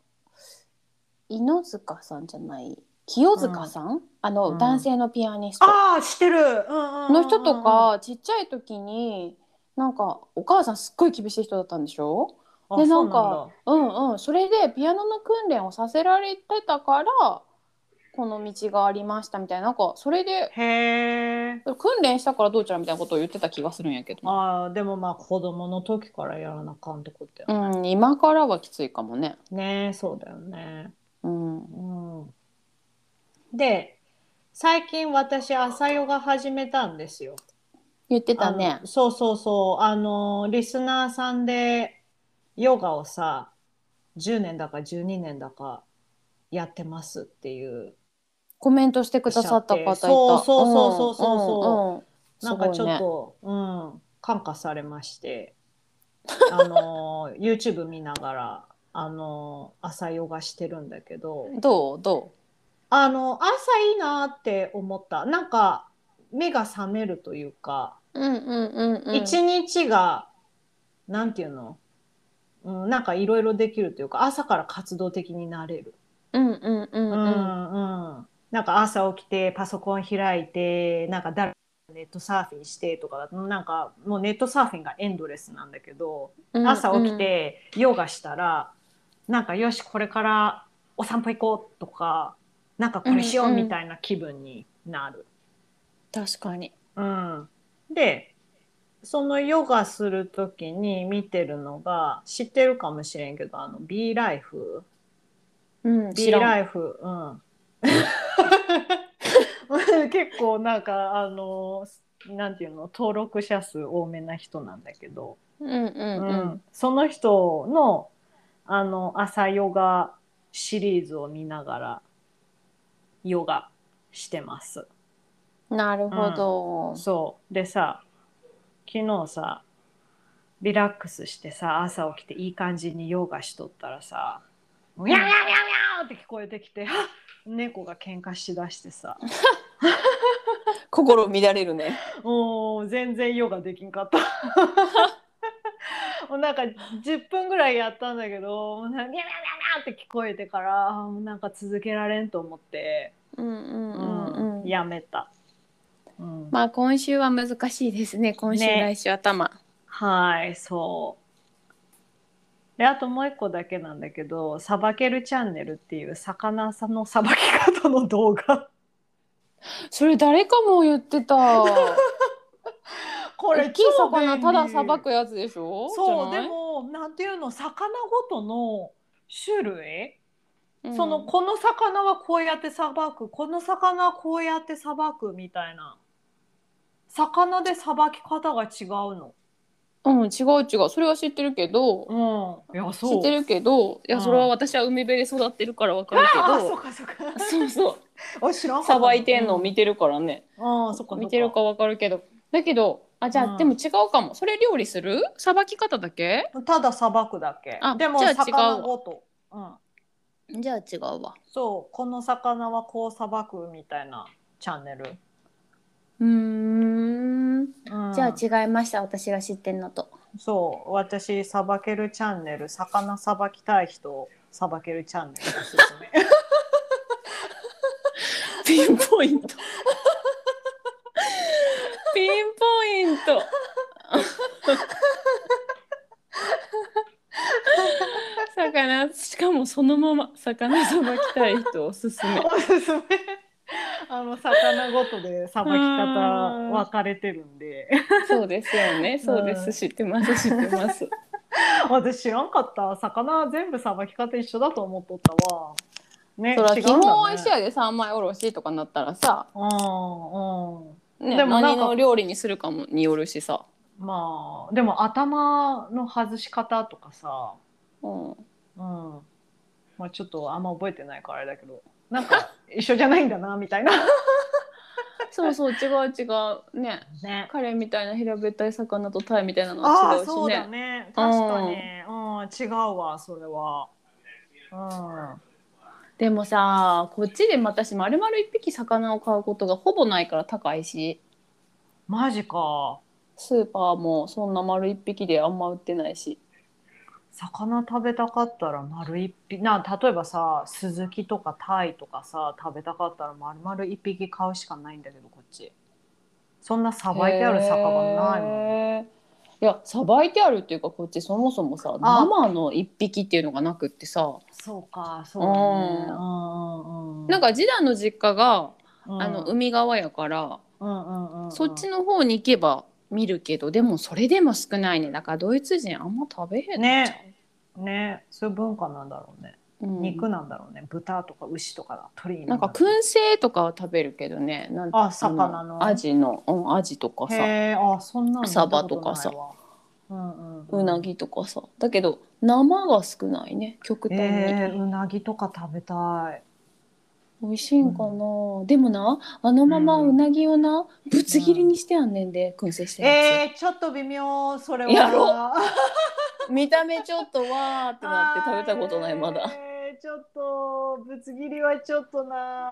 Speaker 1: ー、猪塚さんじゃない清塚さん、あの、
Speaker 2: うん
Speaker 1: 男性のピアニスト
Speaker 2: ああしてる、うんうんうんうん
Speaker 1: の人とかちっちゃい時になんかお母さんすっごい厳しい人だったんでしょ
Speaker 2: あ
Speaker 1: で
Speaker 2: そう
Speaker 1: なんかうんうんそれでピアノの訓練をさせられてたからこの道がありましたみたいななんかそれで
Speaker 2: だへえ
Speaker 1: 訓練したからどうちゃらみたいなことを言ってた気がするんやけど、
Speaker 2: ああでもまあ子供の時からやらなあかんってことや
Speaker 1: うん、今からはきついかもね、
Speaker 2: ねそうだよね。
Speaker 1: うん、
Speaker 2: うん、で最近私朝ヨガ始めたんですよ。
Speaker 1: 言ってたね
Speaker 2: あのそうそうそうあのリスナーさんでヨガをさ10年だか12年だかやってますっていう
Speaker 1: コメントしてくださった方いた
Speaker 2: そうそうそうそうそう
Speaker 1: うんうんうん
Speaker 2: なんかちょっ
Speaker 1: すごいね
Speaker 2: と、うん感化されまして あの YouTube 見ながらあの朝ヨガしてるんだけど。
Speaker 1: どうど
Speaker 2: あの朝いいなって思ったなんか目が覚めるというか
Speaker 1: ううんうんうん
Speaker 2: 一、日がなんていうの、うん、なんかいろいろできるというか朝から活動的になれる、
Speaker 1: うんうんう
Speaker 2: うんん
Speaker 1: うん
Speaker 2: うん、なんか朝起きてパソコン開いてなんかだらネットサーフィンしてとかだとなんかもうネットサーフィンがエンドレスなんだけど、
Speaker 1: うん
Speaker 2: 朝起きてヨガしたら、なんかよしこれからお散歩行こうとかなんかこれしよ
Speaker 1: う
Speaker 2: うん
Speaker 1: うん
Speaker 2: みたいな気分になる。
Speaker 1: 確かに
Speaker 2: うんでそのヨガする時に見てるのが知ってるかもしれんけどあの B ライフ
Speaker 1: うん知
Speaker 2: B
Speaker 1: らん
Speaker 2: ライフうん結構なん かあのなんていうの登録者数多めな人なんだけど、
Speaker 1: うんうん
Speaker 2: う
Speaker 1: うん
Speaker 2: んその人のあの朝ヨガシリーズを見ながらヨガしてます。
Speaker 1: なるほど、
Speaker 2: そうでさ昨日さリラックスしてさ朝起きていい感じにヨガしとったらさ「うやうやうやうや!」って聞こえてきてあ猫が喧嘩しだしてさ
Speaker 1: 心乱れるね
Speaker 2: もう全然ヨガできん かった。もうなんか10分ぐらいやったんだけどもうなんかニャニャニャニャって聞こえてからあーもうなんか続けられんと思って、
Speaker 1: うんうんうんうん
Speaker 2: やめた。うん
Speaker 1: まあ今週は難しいですね今週、
Speaker 2: ね
Speaker 1: 来週頭
Speaker 2: はいそう。であともう一個だけなんだけど「さばけるチャンネル」っていう魚さんのさばき方の動画
Speaker 1: それ誰かも言って た
Speaker 2: こ
Speaker 1: 大きい魚たださばくやつでしょ
Speaker 2: そう
Speaker 1: じゃ
Speaker 2: で
Speaker 1: ない
Speaker 2: ももうなんていうの魚ごとの種類
Speaker 1: うん
Speaker 2: そのこの魚はこうやってさばくこの魚はこうやってさばくみたいな魚でさばき方が違うの。
Speaker 1: うん違う違うそれは知ってるけど、
Speaker 2: うん、いやそう
Speaker 1: 知ってるけどいや
Speaker 2: うん
Speaker 1: それは私は海辺で育ってるからわかるけ
Speaker 2: ああ
Speaker 1: ど、
Speaker 2: そう かそうか。
Speaker 1: そうそう
Speaker 2: お知らんかった
Speaker 1: さばいてんのを見てるからね、
Speaker 2: うん、ああそっかそっ
Speaker 1: 見てるかわかるけどだけどあじゃあ、
Speaker 2: うん
Speaker 1: でも違うかもそれ料理するさばき方だけ
Speaker 2: たださばくだけ
Speaker 1: あ
Speaker 2: でも
Speaker 1: じゃあ違う
Speaker 2: 魚ごと、うん、
Speaker 1: じゃあ違うわ
Speaker 2: そうこの魚はこうさばくみたいなチャンネル、
Speaker 1: うーん
Speaker 2: うん、
Speaker 1: あ違いました私が知ってんのと
Speaker 2: そう私さばけるチャンネル魚さばきたい人さばけるチャンネルおすすめ
Speaker 1: ピンポイントピンポイント 魚しかもそのまま魚さばきたい人おすすめ
Speaker 2: おす すめ あの魚ごとでさばき方分かれてるんで
Speaker 1: そうですよねそうです、
Speaker 2: うん
Speaker 1: 知ってます知ってます
Speaker 2: 私知らんかった魚は全部さばき方一緒だと思っとったわね
Speaker 1: そら
Speaker 2: 違
Speaker 1: 基
Speaker 2: うん
Speaker 1: 本
Speaker 2: だね
Speaker 1: 一緒やで三枚おろしとかなったらさ、
Speaker 2: うんうん
Speaker 1: ね、
Speaker 2: でもなん
Speaker 1: 何
Speaker 2: か
Speaker 1: の料理にするかもによるしさ、
Speaker 2: まあでも頭の外し方とかさ、
Speaker 1: うん、
Speaker 2: うんまあ、ちょっとあんま覚えてないからあれだけどなんか一緒じゃないんだなみたいな。
Speaker 1: そうそう違う違うね
Speaker 2: ね、
Speaker 1: カレーみたいな平べったい魚とタイみたいなのは
Speaker 2: あ
Speaker 1: 違
Speaker 2: あ
Speaker 1: うし
Speaker 2: そう
Speaker 1: ね
Speaker 2: だね確かに、うん違うわそれは。う
Speaker 1: でもさこっちでも私丸々一匹魚を買うことがほぼないから高いし
Speaker 2: ん、マジか
Speaker 1: スーパーもそんな丸一匹であんま売ってないし
Speaker 2: 魚食べたかったら丸一匹な例えばさスズキとかタイとかさ食べたかったら丸々一匹買うしかないんだけどこっちそんなさばいてある魚ないもんね。
Speaker 1: んいやさばいてあるっていうかこっちそもそもさ
Speaker 2: あ
Speaker 1: 生の一匹っていうのがなくってさ
Speaker 2: そうか、そう
Speaker 1: だね
Speaker 2: うん
Speaker 1: なんか次男の実家が、
Speaker 2: うん
Speaker 1: あの海側やから、
Speaker 2: うんうんうん、
Speaker 1: そっちの方に行けば見るけどでもそれでも少ないねだからドイツ人あんま食べへんのちゃ
Speaker 2: ね。ね、そういう文化なんだろうね。
Speaker 1: う、うん
Speaker 2: 肉なんだろうね。豚とか牛とか鶏
Speaker 1: なんか燻製とかは食べるけどねなん
Speaker 2: あ魚の
Speaker 1: あアジの、うん、アジとか
Speaker 2: さ。
Speaker 1: さ
Speaker 2: へーあ、そんなの見た
Speaker 1: サ
Speaker 2: こない
Speaker 1: バとかさ
Speaker 2: わ。うんうん。
Speaker 1: うな。ぎとかさだけど生が少ないね極端に、
Speaker 2: えー、うなぎとか食べたい。
Speaker 1: 美味しいんかな、でもなあのまま
Speaker 2: うん
Speaker 1: うなぎをなぶつ切りにしてあんねんで燻製してるや
Speaker 2: えー、ちょっと微妙、それは。
Speaker 1: やろつ、見た目ちょっとわーってなって食べたことないまだ。
Speaker 2: えーちょっとぶつ切りはちょっとな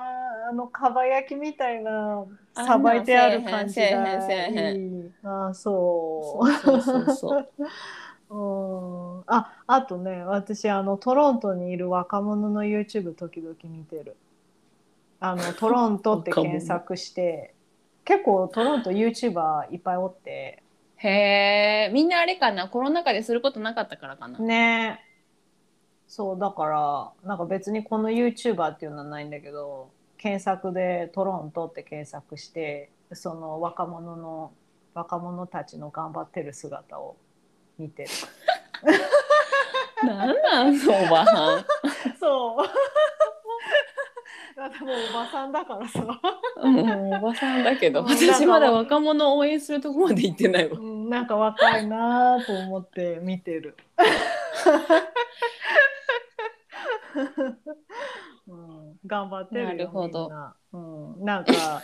Speaker 2: あのかば焼きみたい
Speaker 1: あ
Speaker 2: な
Speaker 1: んなん
Speaker 2: さばいてある感じがいい
Speaker 1: せえへんせえへんせ
Speaker 2: あーそ
Speaker 1: そうそうそうそう。
Speaker 2: ううんああとね私あのトロントにいる若者の YouTube 時々見てるあのトロントって
Speaker 1: 若者
Speaker 2: 検索して結構トロント YouTuber いっぱいおって
Speaker 1: へえ、みんなあれかな、コロナ禍ですることなかったからかな。
Speaker 2: ねそうだからなんか別にこの YouTuber っていうのはないんだけど検索で「トロント」って検索してその若者の若者たちの頑張ってる姿を見てる
Speaker 1: なんなん、そのおばは
Speaker 2: そう だってもう おばさんだからさ、
Speaker 1: ん。うん、おばさんだけど、
Speaker 2: うん
Speaker 1: 私まだ若者を応援するとこまで行ってないわ
Speaker 2: う。ん、なんか若いなと思って見て る、うん、頑張ってるよ
Speaker 1: なるほど
Speaker 2: みんな,、うん、な んか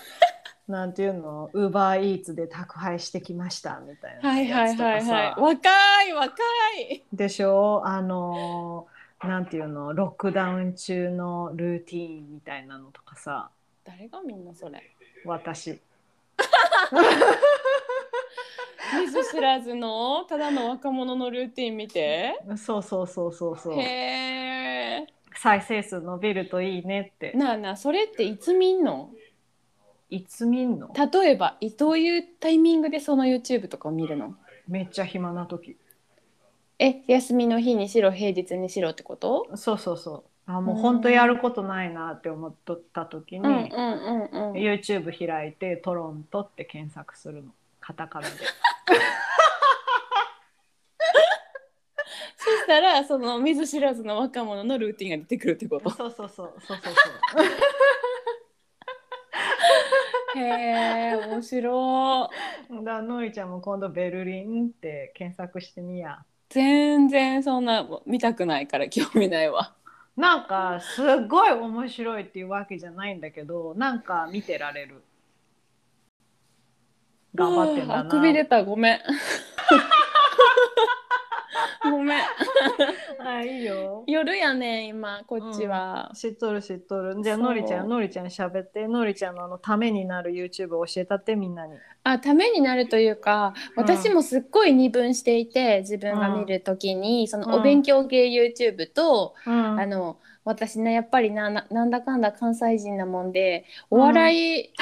Speaker 2: なんていうのウーバーイーツで宅配してきましたみたいな
Speaker 1: はいは
Speaker 2: やつ
Speaker 1: い
Speaker 2: とか
Speaker 1: は
Speaker 2: さ
Speaker 1: いはい。若い若い。
Speaker 2: でしょあのーなんていうのロックダウン中のルーティーンみたいなのとかさ
Speaker 1: 誰がみんなそれ。
Speaker 2: 私
Speaker 1: 見ず知らずの、ただの若者のルーティン見て。
Speaker 2: そうそうそうそうそう
Speaker 1: へえ。
Speaker 2: 再生数伸びるといいねって
Speaker 1: なあなあ、それっていつ見んの。
Speaker 2: いつ見んの
Speaker 1: 例えば、どういうタイミングでその YouTube とかを見るの。
Speaker 2: めっちゃ暇な時
Speaker 1: え、休みの日にしろ、平日にしろってこと。
Speaker 2: そうそうそうあもう
Speaker 1: うん
Speaker 2: 本当やることないなって思っとった時
Speaker 1: うんうん
Speaker 2: に、
Speaker 1: うんうん。
Speaker 2: YouTube 開いて「トロント」って検索するのカタカナで
Speaker 1: したらその見ず知らずの若者のルーティンが出てくるってこと
Speaker 2: そうそうそうそうそうそう
Speaker 1: へえ面白い
Speaker 2: だからのりちゃんも今度ベルリンって検索してみや
Speaker 1: 全然そんな見たくないから興味ないわ
Speaker 2: なんかすっごい面白いっていうわけじゃないんだけどなんか見てられる頑張ってんだな
Speaker 1: あくび出たごめんごめん
Speaker 2: あいいよ
Speaker 1: 夜やね今こっちは、
Speaker 2: 知っとる知っとるじゃあ
Speaker 1: そう
Speaker 2: のりちゃんのりちゃん喋ってのりちゃんのあのためになる YouTube 教えたってみんなに
Speaker 1: あためになるというか
Speaker 2: うん
Speaker 1: 私もすっごい二分していて自分が見るときに、そのお勉強系 YouTube と、
Speaker 2: うん
Speaker 1: あの私ねやっぱりなななんだかんだ関西人なもんでお笑い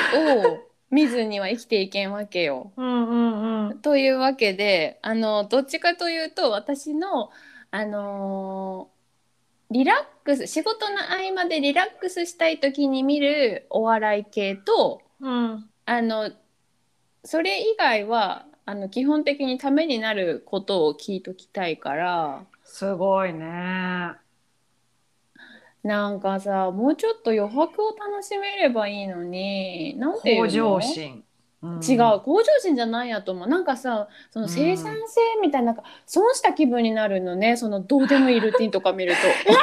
Speaker 1: を見ずには生きていけんわけよ。
Speaker 2: うんうんうん
Speaker 1: というわけであのどっちかというと私の、あのーリラックス仕事の合間でリラックスしたい時に見るお笑い系と
Speaker 2: うん
Speaker 1: あのそれ以外はあの基本的にためになることを聞いときたいから
Speaker 2: すごいね
Speaker 1: なんかさもうちょっと余白を楽しめればいいのになんていう
Speaker 2: 向
Speaker 1: の
Speaker 2: 上心、うん
Speaker 1: 違う向上心じゃないやと思うなんかさその生産性みたいな,、なんか損した気分になるのねそのどうでもいいルーティンとか 見ると。じゃ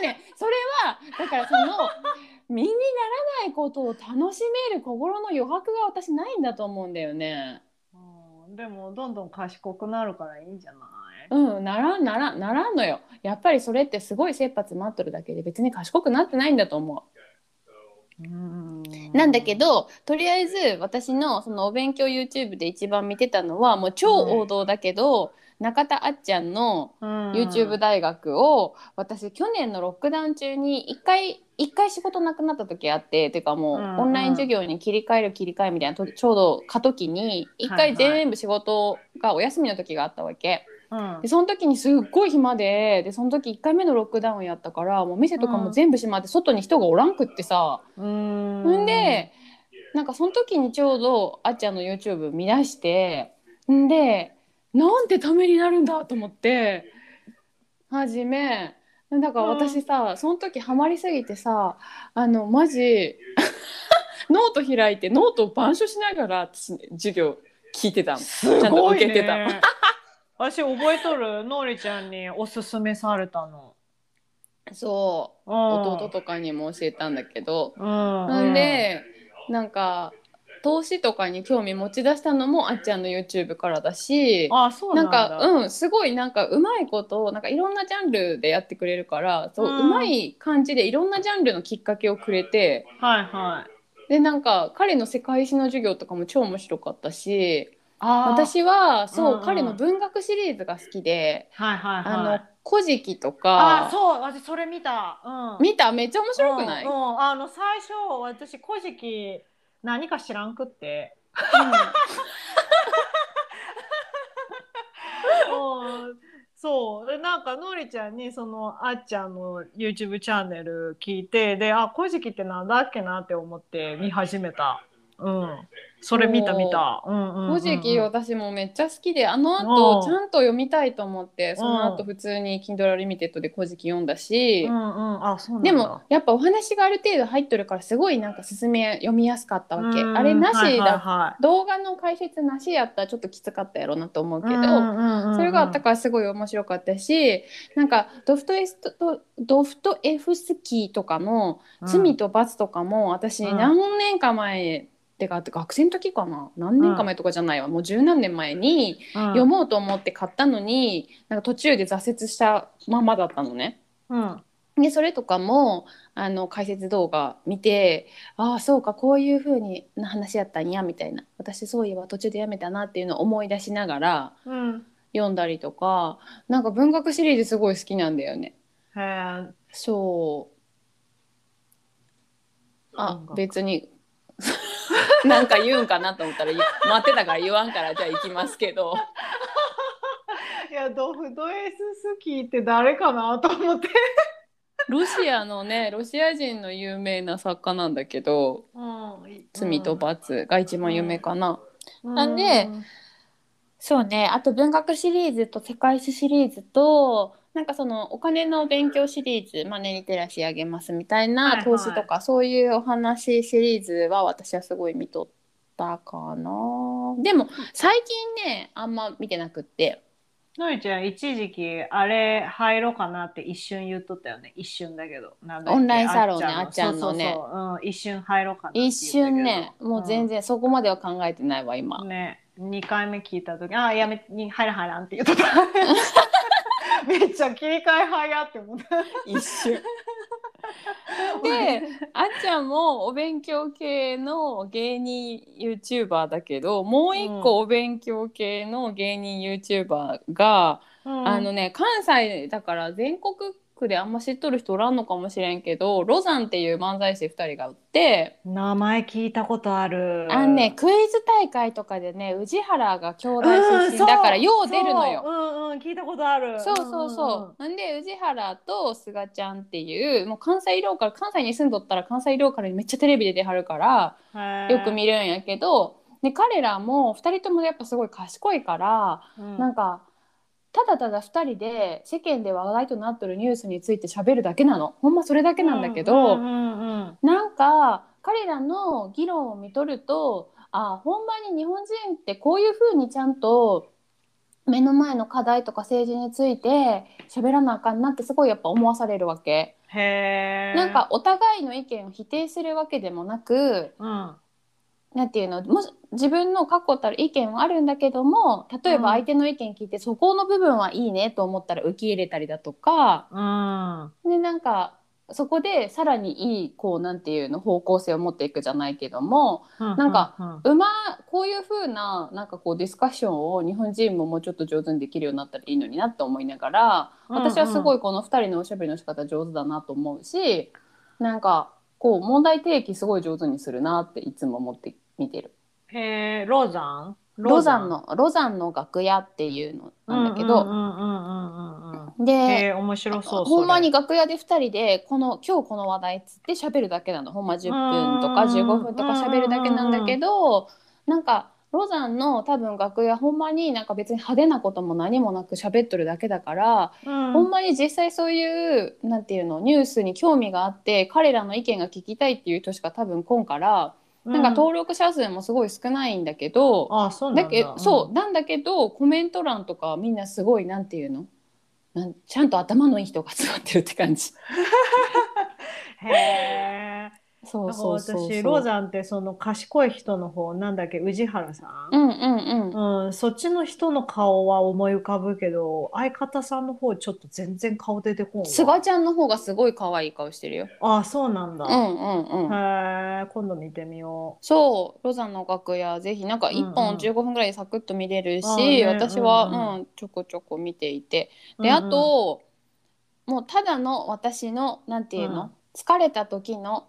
Speaker 1: あねそれはだからその身にならないことを楽しめる心の余白が私ないんだと思うんだよね。
Speaker 2: うんでもどんどん賢くなるからいいんじゃない
Speaker 1: うんならんならんならんのよ。やっぱりそれってすごい切羽詰まっとるだけで別に賢くなってないんだと思う。
Speaker 2: うん
Speaker 1: なんだけどとりあえず私のそのお勉強 YouTube で一番見てたのはもう超王道だけど、中田あっちゃんの
Speaker 2: うん
Speaker 1: YouTube 大学を、私去年のロックダウン中に一回一回仕事なくなった時あっててかもう、
Speaker 2: うん
Speaker 1: オンライン授業に切り替える切り替えみたいなとちょうど過渡期に一
Speaker 2: はい
Speaker 1: 回
Speaker 2: はい
Speaker 1: 全部仕事がお休みの時があったわけ。
Speaker 2: うん
Speaker 1: でその時にすっごい暇ででその時1回目のロックダウンやったからもう店とかも全部閉まって外に人がおらんくってさ、
Speaker 2: うん
Speaker 1: ほんでなんかその時にちょうどあっちゃんの YouTube 見出してんでなんてためになるんだと思って始めだから私さ、その時ハマりすぎてさあのマジ ノート開いてノートを板書しながら私授業聞いてたの。
Speaker 2: す
Speaker 1: ちゃんと
Speaker 2: ごい
Speaker 1: 受け
Speaker 2: ね
Speaker 1: てた
Speaker 2: 私覚えとるのりちゃんにおすすめされたの、
Speaker 1: そう
Speaker 2: うん、
Speaker 1: 弟とかにも教えたんだけど、
Speaker 2: うん
Speaker 1: なんでなんか投資とかに興味持ち出したのもあっちゃんの YouTube からだし
Speaker 2: あそう
Speaker 1: な
Speaker 2: なんん
Speaker 1: か
Speaker 2: だ
Speaker 1: うんすごいなんかうまいことをなんかいろんなジャンルでやってくれるからそう
Speaker 2: うん
Speaker 1: うまい感じでいろんなジャンルのきっかけをくれて
Speaker 2: はいはい
Speaker 1: でなんか彼の世界史の授業とかも超面白かったし
Speaker 2: あー
Speaker 1: 私はそう、
Speaker 2: うんうん
Speaker 1: 彼の文学シリーズが好きで
Speaker 2: はいはい
Speaker 1: 「
Speaker 2: はい
Speaker 1: あの古事記」と
Speaker 2: あ
Speaker 1: か
Speaker 2: そう私それ見た、うん、
Speaker 1: 見ためっちゃ面白くない、
Speaker 2: うんうんあの最初私古事記何か知らんくって うんそうでなんかのりちゃんにそのあっちゃんの YouTube チャンネル聞いてであ古事記ってなんだっけなって思って見始めたうんそれ見た
Speaker 1: おー
Speaker 2: 見たうんうんうんう
Speaker 1: 古
Speaker 2: ん
Speaker 1: 事記私もめっちゃ好きであの
Speaker 2: う
Speaker 1: 後
Speaker 2: ん
Speaker 1: ちゃんと読みたいと思ってその後
Speaker 2: うん
Speaker 1: 普通に Kindle Limited で古事記読んだし
Speaker 2: うんうんあそうなんだ
Speaker 1: でもやっぱお話がある程度入ってるからすごいなんか進め読みやすかったわけ
Speaker 2: うん
Speaker 1: あれな
Speaker 2: は
Speaker 1: し
Speaker 2: いはい
Speaker 1: だ
Speaker 2: はい
Speaker 1: 動画の解説なしやったらちょっときつかったやろうなと思うけど
Speaker 2: ど
Speaker 1: それがあったからすごい面白かったしなんかドフトエストドフトエフスキーとかの罪と罰とかも私
Speaker 2: うん
Speaker 1: 何年か前、ってか学生の時かな何年か前とかじゃないわ、もう十何年前に読
Speaker 2: 読
Speaker 1: もうと思って買ったのに、なんか途中で挫折したままだったのね。
Speaker 2: うん
Speaker 1: でそれとかもあの解説動画見てああそうかこういう風にな話やったんやみたいな私そういえば途中でやめたなっていうのを思い出しながら
Speaker 2: うん
Speaker 1: 読んだりとかなんか文学シリーズすごい好きなんだよね。
Speaker 2: へー
Speaker 1: そう。あ
Speaker 2: 音楽
Speaker 1: 別に なんか言うんかなと思ったら言待ってたから言わんからじゃあ行きますけど
Speaker 2: いやドフドエススキーって誰かなと思って
Speaker 1: ロシアのねロシア人の有名な作家なんだけど「罪と罰」が一番有名かな。
Speaker 2: うん
Speaker 1: なんでそうねあと文学シリーズと世界史シリーズとなんかそのお金の勉強シリーズマネーリテラシーあげますみたい
Speaker 2: はいは
Speaker 1: ない投資とかそういうお話シリーズは私はすごい見とったかなでも最近ねあんま見てなくって
Speaker 2: のりちゃん一時期あれ入ろうかなって一瞬言っとったよね一瞬だけどなんだっけ
Speaker 1: オンラインサロンね
Speaker 2: の
Speaker 1: あっちゃんのね
Speaker 2: そうそうそう、うん、一瞬入ろうかなって言
Speaker 1: 一
Speaker 2: ったけど
Speaker 1: 瞬ねもう全、然そこまでは考えてないわ今、
Speaker 2: うんね2回目聞いた時あやめに入らん入らんって言っとった めっちゃ切り替え早って思った
Speaker 1: 一瞬 であっちゃんもお勉強系の芸人 YouTuber だけどもう一個お勉強系の芸人 YouTuber が、
Speaker 2: うん
Speaker 1: あのね関西だから全国区であんま知っとる人おらんのかもしれんけどロザンっていう漫才師2人がおって、
Speaker 2: 名前聞いたことある
Speaker 1: あのねクイズ大会とかでね宇治原が兄弟
Speaker 2: うん
Speaker 1: 出身だから
Speaker 2: そう
Speaker 1: よう出るのよ
Speaker 2: そ。ううんうん聞いたことある
Speaker 1: そうそうそう。なんで宇治原と菅ちゃんっていうもう関西ローカル関西に住んどったら関西ローカルにめっちゃテレビで出はるから
Speaker 2: うんうん
Speaker 1: よく見るんやけど、で彼らも2人ともやっぱすごい賢いから、
Speaker 2: うん
Speaker 1: なんかただただ2人で世間で話題となっとるニュースについて喋るだけなのほんまそれだけなんだけど、
Speaker 2: うんうんうんうん
Speaker 1: なんか彼らの議論を見とるとあほんまに日本人ってこういうふうにちゃんと目の前の課題とか政治について喋らなあかんなってすごいやっぱ思わされるわけ。
Speaker 2: へえ
Speaker 1: なんかお互いの意見を否定するわけでもなく
Speaker 2: うん
Speaker 1: なんていうのもし自分の確固たる意見はあるんだけども例えば
Speaker 2: うん
Speaker 1: 相手の意見聞いて、そこの部分はいいねと思ったら受け入れたりだとか
Speaker 2: うん
Speaker 1: でなんかそこでさらにいいこうなんていうの方向性を持っていくじゃないけども
Speaker 2: なん
Speaker 1: か、うまこういう風ななんかこうディスカッションを日本人ももうちょっと上手にできるようになったらいいのになって思いながら私はすご
Speaker 2: い、
Speaker 1: いこの2人のおしゃべりの仕方上手だなと思うしなんかこう問題提起すごい上手にするなっていつも思って見てる。
Speaker 2: へえロザン
Speaker 1: ロザンのロザンの楽屋っていうのなんだけど、
Speaker 2: うんうんうんうんうんうんへ
Speaker 1: で
Speaker 2: え面白そうそれ
Speaker 1: ほんまに楽屋で2人でこの今日この話題っつって喋るだけなのほんま10分とか
Speaker 2: うん
Speaker 1: 15分とか喋るだけなんだけどなんかロザンの多分楽屋ほんまになんか別に派手なことも何もなく喋っとるだけだから、
Speaker 2: うん
Speaker 1: ほんまに実際そういうなんていうのニュースに興味があって彼らの意見が聞きたいっていう人しか多分来んから、なんか登録者数もすごい少ないんだけど。
Speaker 2: あそうな
Speaker 1: だ
Speaker 2: んだ
Speaker 1: けそううなんだけどコメント欄とかはみんなすごいなんていうのなんちゃんと頭のいい人が集まってるって感じ。
Speaker 2: んへえ
Speaker 1: そ
Speaker 2: な
Speaker 1: うん
Speaker 2: か
Speaker 1: そうそうそう
Speaker 2: 私ロザンってその賢い人の方なんだっけ宇治原さん
Speaker 1: うんうんうん。
Speaker 2: うん、そっちの人の顔は思い浮かぶけど相方さんの方ちょっと全然顔出てこんわ
Speaker 1: 菅ちゃんの方がすごい可愛い顔してるよ。
Speaker 2: あそうなんだ、
Speaker 1: うんうんうん。
Speaker 2: へえ今度見てみよ
Speaker 1: そうロザンの楽屋ぜひなんか1
Speaker 2: うんう
Speaker 1: 本
Speaker 2: ん
Speaker 1: 15分ぐらいでサクッと見れるし、
Speaker 2: あーね
Speaker 1: 私は、
Speaker 2: う
Speaker 1: うんん
Speaker 2: う
Speaker 1: ちょこちょこ見ていて
Speaker 2: う
Speaker 1: で、
Speaker 2: うんうん
Speaker 1: あともうただの私のなんていうの、
Speaker 2: うん
Speaker 1: 疲れた時の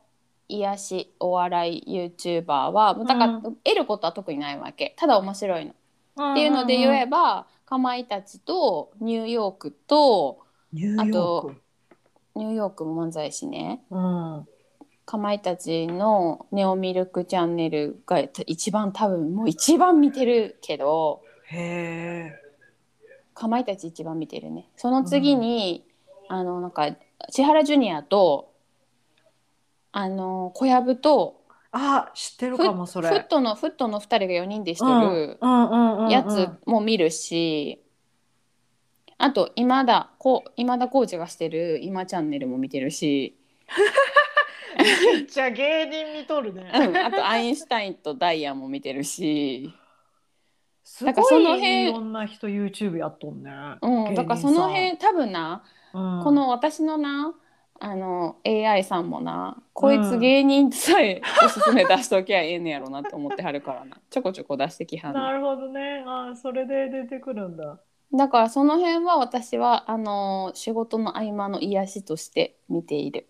Speaker 1: 癒しお笑い YouTuber はもうだから、
Speaker 2: う
Speaker 1: 得ることは特にないわけただ面白いの。
Speaker 2: っ
Speaker 1: っていうので言えば、かまいたちとニューヨークと
Speaker 2: ニューヨーク
Speaker 1: ニューヨークも漫才師ね
Speaker 2: うん
Speaker 1: かまいたちの「ネオミルクチャンネル」が一番多分もう一番見てるけど
Speaker 2: へえ
Speaker 1: かまいたち一番見てるねその次に、あのなんか千原ジュニアとあの小籔と
Speaker 2: あ知ってる
Speaker 1: フ
Speaker 2: かもそ
Speaker 1: フッ
Speaker 2: れ
Speaker 1: トのフットの2人が4人でして
Speaker 2: うん
Speaker 1: る
Speaker 2: うんうんうんうん
Speaker 1: やつも見るし、あと今田こう今田コーチがしてる「今チャンネル」も見てるし、
Speaker 2: めっちゃ芸人見とるね
Speaker 1: うん、あとアインシュタインとダイヤも見てるし。
Speaker 2: す
Speaker 1: なんかそ
Speaker 2: ご
Speaker 1: の
Speaker 2: い
Speaker 1: 辺
Speaker 2: いろんな人 YouTube やっとんね
Speaker 1: うん、だからその辺多分な、
Speaker 2: こ
Speaker 1: この私のなあの AI さんもなこいうつ
Speaker 2: ん
Speaker 1: 芸人さえおすすめ出しときゃええねやろなって思ってはるから なちょこちょこ出してきはん
Speaker 2: な
Speaker 1: の
Speaker 2: るほどねあそれで出てくるんだ
Speaker 1: だからその辺は私はあの仕事の合間の癒しとして見ている、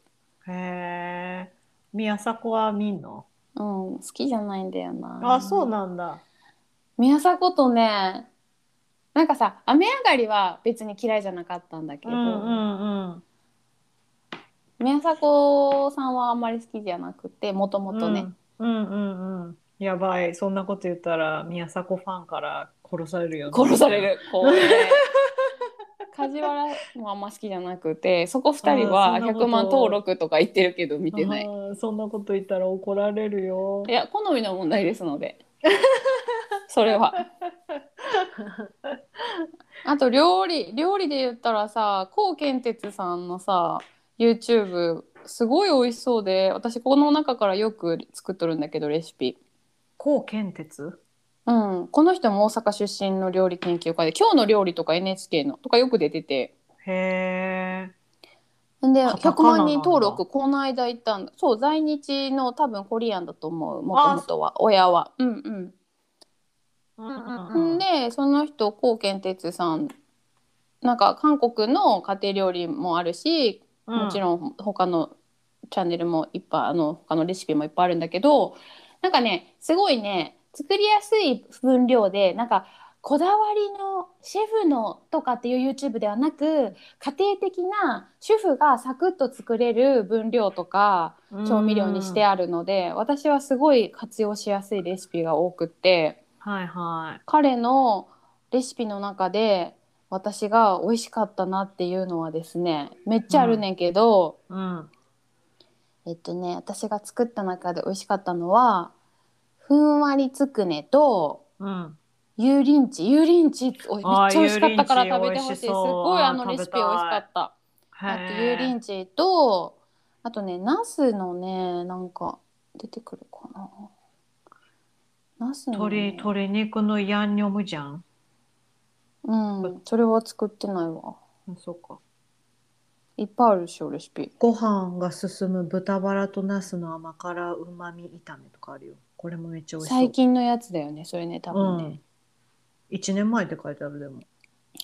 Speaker 2: へえ宮迫は見んの
Speaker 1: うん、好きじゃないんだよな
Speaker 2: あそうなんだ
Speaker 1: 宮迫とねなんかさ雨上がりは別に嫌いじゃなかったんだけ
Speaker 2: う
Speaker 1: ど、
Speaker 2: んうんうん
Speaker 1: 宮迫さんはあんまり好きじゃなくてもともとね、
Speaker 2: うんうんうんうんやばいそんなこと言ったら宮迫ファンから殺されるよね
Speaker 1: 殺され るこうね梶原もあんま好きじゃなくてそこ2人は
Speaker 2: あーそんなこと
Speaker 1: 100万登録とか言ってるけど見てない
Speaker 2: あーそんなこと言ったら怒られるよ
Speaker 1: いや好みの問題ですので それはあと料理料理で言ったらさ高健哲さんのさ YouTube すごい美味しそうで私この中からよく作っとるんだけどレシピ
Speaker 2: 高健鉄
Speaker 1: うんこの人も大阪出身の料理研究家で「今日の料理」とか NHK のとかよく出てて
Speaker 2: へえ
Speaker 1: で
Speaker 2: カタ
Speaker 1: 100
Speaker 2: カナなんだ
Speaker 1: 万人登録この間行ったんだそう在日の多分コリアンだと思うもともとは親はうんうん
Speaker 2: うん
Speaker 1: でその人高健哲さんなんか韓国の家庭料理もあるしもち
Speaker 2: ん
Speaker 1: ろん他のチャンネルもいっぱいあの他のレシピもいっぱいあるんだけどなんかねすごいね作りやすい分量でなんかこだわりのシェフのとかっていう YouTube ではなく家庭的な主婦がサクッと作れる分量とか調味料にしてあるので私はすごい活用しやすいレシピが多くって。
Speaker 2: はいはい
Speaker 1: 彼のレシピの中で私が美味しかったなっていうのはですねめっちゃあるねんけど、
Speaker 2: うん
Speaker 1: えっとね私が作った中で美味しかったのはふんわりつくねと
Speaker 2: うん
Speaker 1: 油淋鶏油淋鶏おいめ
Speaker 2: あー
Speaker 1: っちゃ美味しかったから食べてほしいす
Speaker 2: 油淋鶏美味しそう
Speaker 1: ごいあの
Speaker 2: あー
Speaker 1: レシ
Speaker 2: 食
Speaker 1: ピ
Speaker 2: べた
Speaker 1: 美
Speaker 2: い
Speaker 1: 味しかったあと
Speaker 2: へ
Speaker 1: 油
Speaker 2: ー
Speaker 1: 淋鶏とあとねナスのねなんか出てくるかなナスの、
Speaker 2: 鶏
Speaker 1: ね、
Speaker 2: 鶏肉のヤンニョムじゃん
Speaker 1: うんそれは作ってないわ
Speaker 2: そうか
Speaker 1: いっぱいあるでしょレシピ
Speaker 2: ご飯が進む豚バラとナスの甘辛うまみ炒めとかあるよこれもめっちゃ美味しそう
Speaker 1: 最近のやつだよねそれね多分ね、
Speaker 2: うん、1年前って書いてあるでも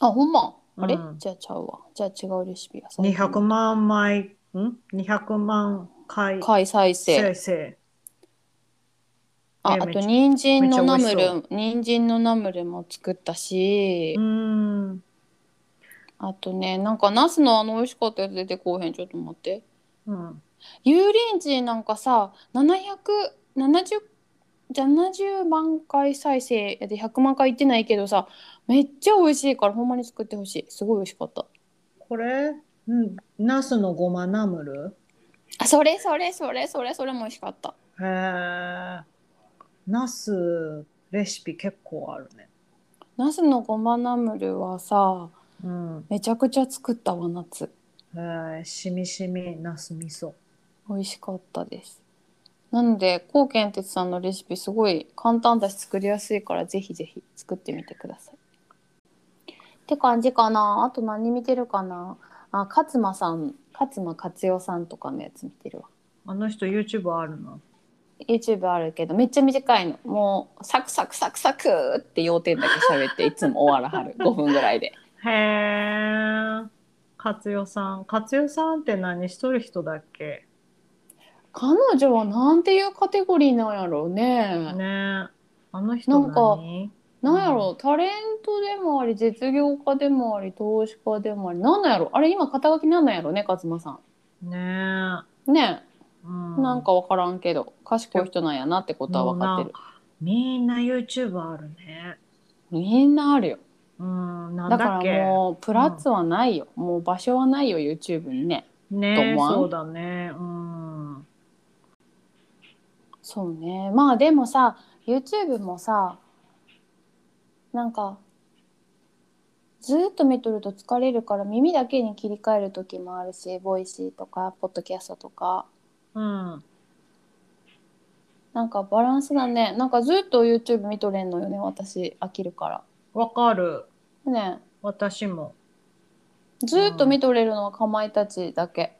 Speaker 1: あほんまあれ、
Speaker 2: うん
Speaker 1: じゃあちゃうわじゃあ違うレシピや
Speaker 2: 200万枚ん200万回
Speaker 1: 回再生
Speaker 2: 再生
Speaker 1: あ
Speaker 2: え
Speaker 1: あ
Speaker 2: めっ
Speaker 1: と
Speaker 2: ちゃ
Speaker 1: 人参のナム
Speaker 2: めっちゃ美味
Speaker 1: ル人参のナムルも作ったし、
Speaker 2: うーん
Speaker 1: あとねなんかナスのあの美味しかったやつ出てこうへんちょっと待って
Speaker 2: うん
Speaker 1: 油淋鶏なんかさ770 70万回再生やで100万回いってないけどさめっちゃ美味しいからほんまに作ってほしいすごい美味しかった
Speaker 2: これうんナスのごまナムル
Speaker 1: あそれそれそれそれそれも美味しかった
Speaker 2: へえナスレシピ結構あるね
Speaker 1: ナスのごまナムルはさ
Speaker 2: うん
Speaker 1: めちゃくちゃ作ったわ夏
Speaker 2: へえしみしみナス味噌
Speaker 1: 美味しかったですなので高健哲さんのレシピすごい簡単だし作りやすいからぜひぜひ作ってみてくださいって感じかなあと何見てるかなあ勝間さん勝間勝代さんとかのやつ見てるわ
Speaker 2: あの人 YouTube あるな
Speaker 1: YouTube あるけどめっちゃ短いのもうサクサクサクサクって要点だけ喋っていつも終わらはる5分ぐらいで
Speaker 2: へえ勝代さん勝代さんって何しとる人だっけ
Speaker 1: 彼女はなんていうカテゴリーなんやろうね。
Speaker 2: ねえあの人
Speaker 1: なんか
Speaker 2: 何
Speaker 1: なんやろうタレントでもあり実業家でもあり投資家でもありなんなんやろうあれ今肩書きなんなんやろうね勝間さ
Speaker 2: ねえ
Speaker 1: ん。ね
Speaker 2: うん
Speaker 1: なんか分からんけど賢い人なんやなってことは分かってる。
Speaker 2: みんな YouTube あるね。
Speaker 1: みんなあるよ。
Speaker 2: うん、な
Speaker 1: だ
Speaker 2: んだ
Speaker 1: か
Speaker 2: っけ。
Speaker 1: らもうプラッツはないよ、もう場所はないよ YouTube にね。と
Speaker 2: ね、
Speaker 1: 思わん
Speaker 2: そうだね。うん。
Speaker 1: そうねまあでもさ YouTube もさなんかずーっと見とると疲れるから耳だけに切り替える時もあるしボイシーとかポッドキャストとか
Speaker 2: うん。
Speaker 1: なんかバランスだねなんかずっと YouTube 見とれんのよね私飽きるか
Speaker 2: わかる。
Speaker 1: らね
Speaker 2: 私も。
Speaker 1: ずーっと見とれるのはかまいたちだけ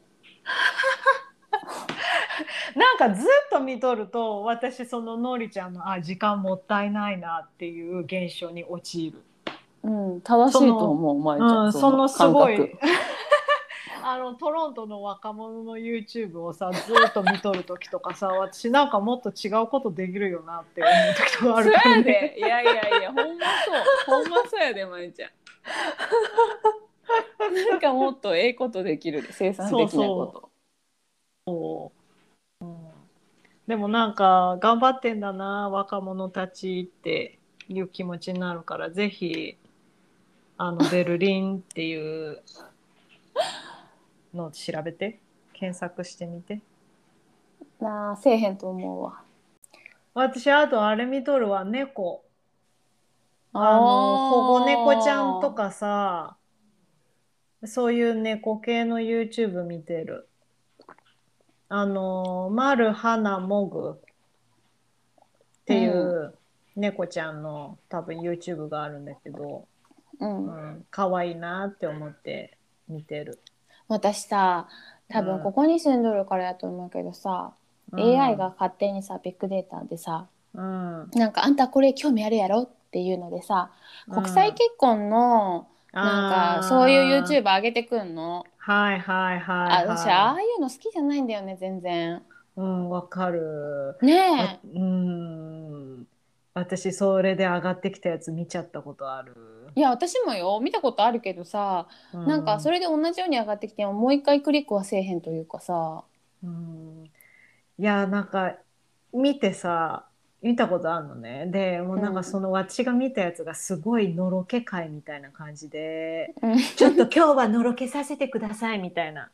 Speaker 2: なんかずっと見とると、私そののりちゃんの、あ、時間もったいないなっていう現象に陥る。
Speaker 1: うん正しいと思うまゆちゃん、
Speaker 2: うん、そのす
Speaker 1: 感
Speaker 2: ご
Speaker 1: 覚
Speaker 2: い。 あのトロントの若者の YouTube をさずっと見とる時とかさ私なんかもっと違うことできるよなって思う時とかある
Speaker 1: そう
Speaker 2: ら
Speaker 1: や
Speaker 2: ね
Speaker 1: でいやいやいやほんまそうほんまそうやでまゆちゃ んなんかもっとええことできるで生産的なこと
Speaker 2: でもなんか頑張ってんだな若者たちっていう気持ちになるからぜひあのベルリンっていうのを調べて検索してみて
Speaker 1: なあせえへんと思うわ
Speaker 2: 私あとあれ見とるわ猫あの保護猫ちゃんとかさそういう猫系の YouTube 見てるあのマルハナモグっていう猫ちゃんの、多分 YouTube があるんだけど、
Speaker 1: うん、
Speaker 2: うん、可愛いなって思って見てる、
Speaker 1: 私さ多
Speaker 2: うん
Speaker 1: 分ここに住んどるからやと思うけどさ、
Speaker 2: うん
Speaker 1: AI が勝手にさビッグデータでさ
Speaker 2: うん
Speaker 1: なんかあんたこれ興味あるやろっていうのでさ国際結婚のなんかそういう
Speaker 2: あー
Speaker 1: YouTuber 上げてくんの
Speaker 2: はいはい
Speaker 1: あ,、
Speaker 2: はい、
Speaker 1: 私あ
Speaker 2: は
Speaker 1: あいうの好きじゃないんだよね全然
Speaker 2: い、うんわかる、
Speaker 1: ねえ
Speaker 2: うん私それで上がってきたやつ見ちゃったことある、
Speaker 1: いや私もよ見たことあるけどさ、なんかそ
Speaker 2: れ、
Speaker 1: れで同じように上がってきてももう一回クリックはせえへんというかさ
Speaker 2: うん、いやなんか見てさ見たことあるのねでもうなんかその私が見たやつがすごいのろけ会みたいな感じで、
Speaker 1: うん
Speaker 2: ちょっと今日はのろけさせてくださいみたいな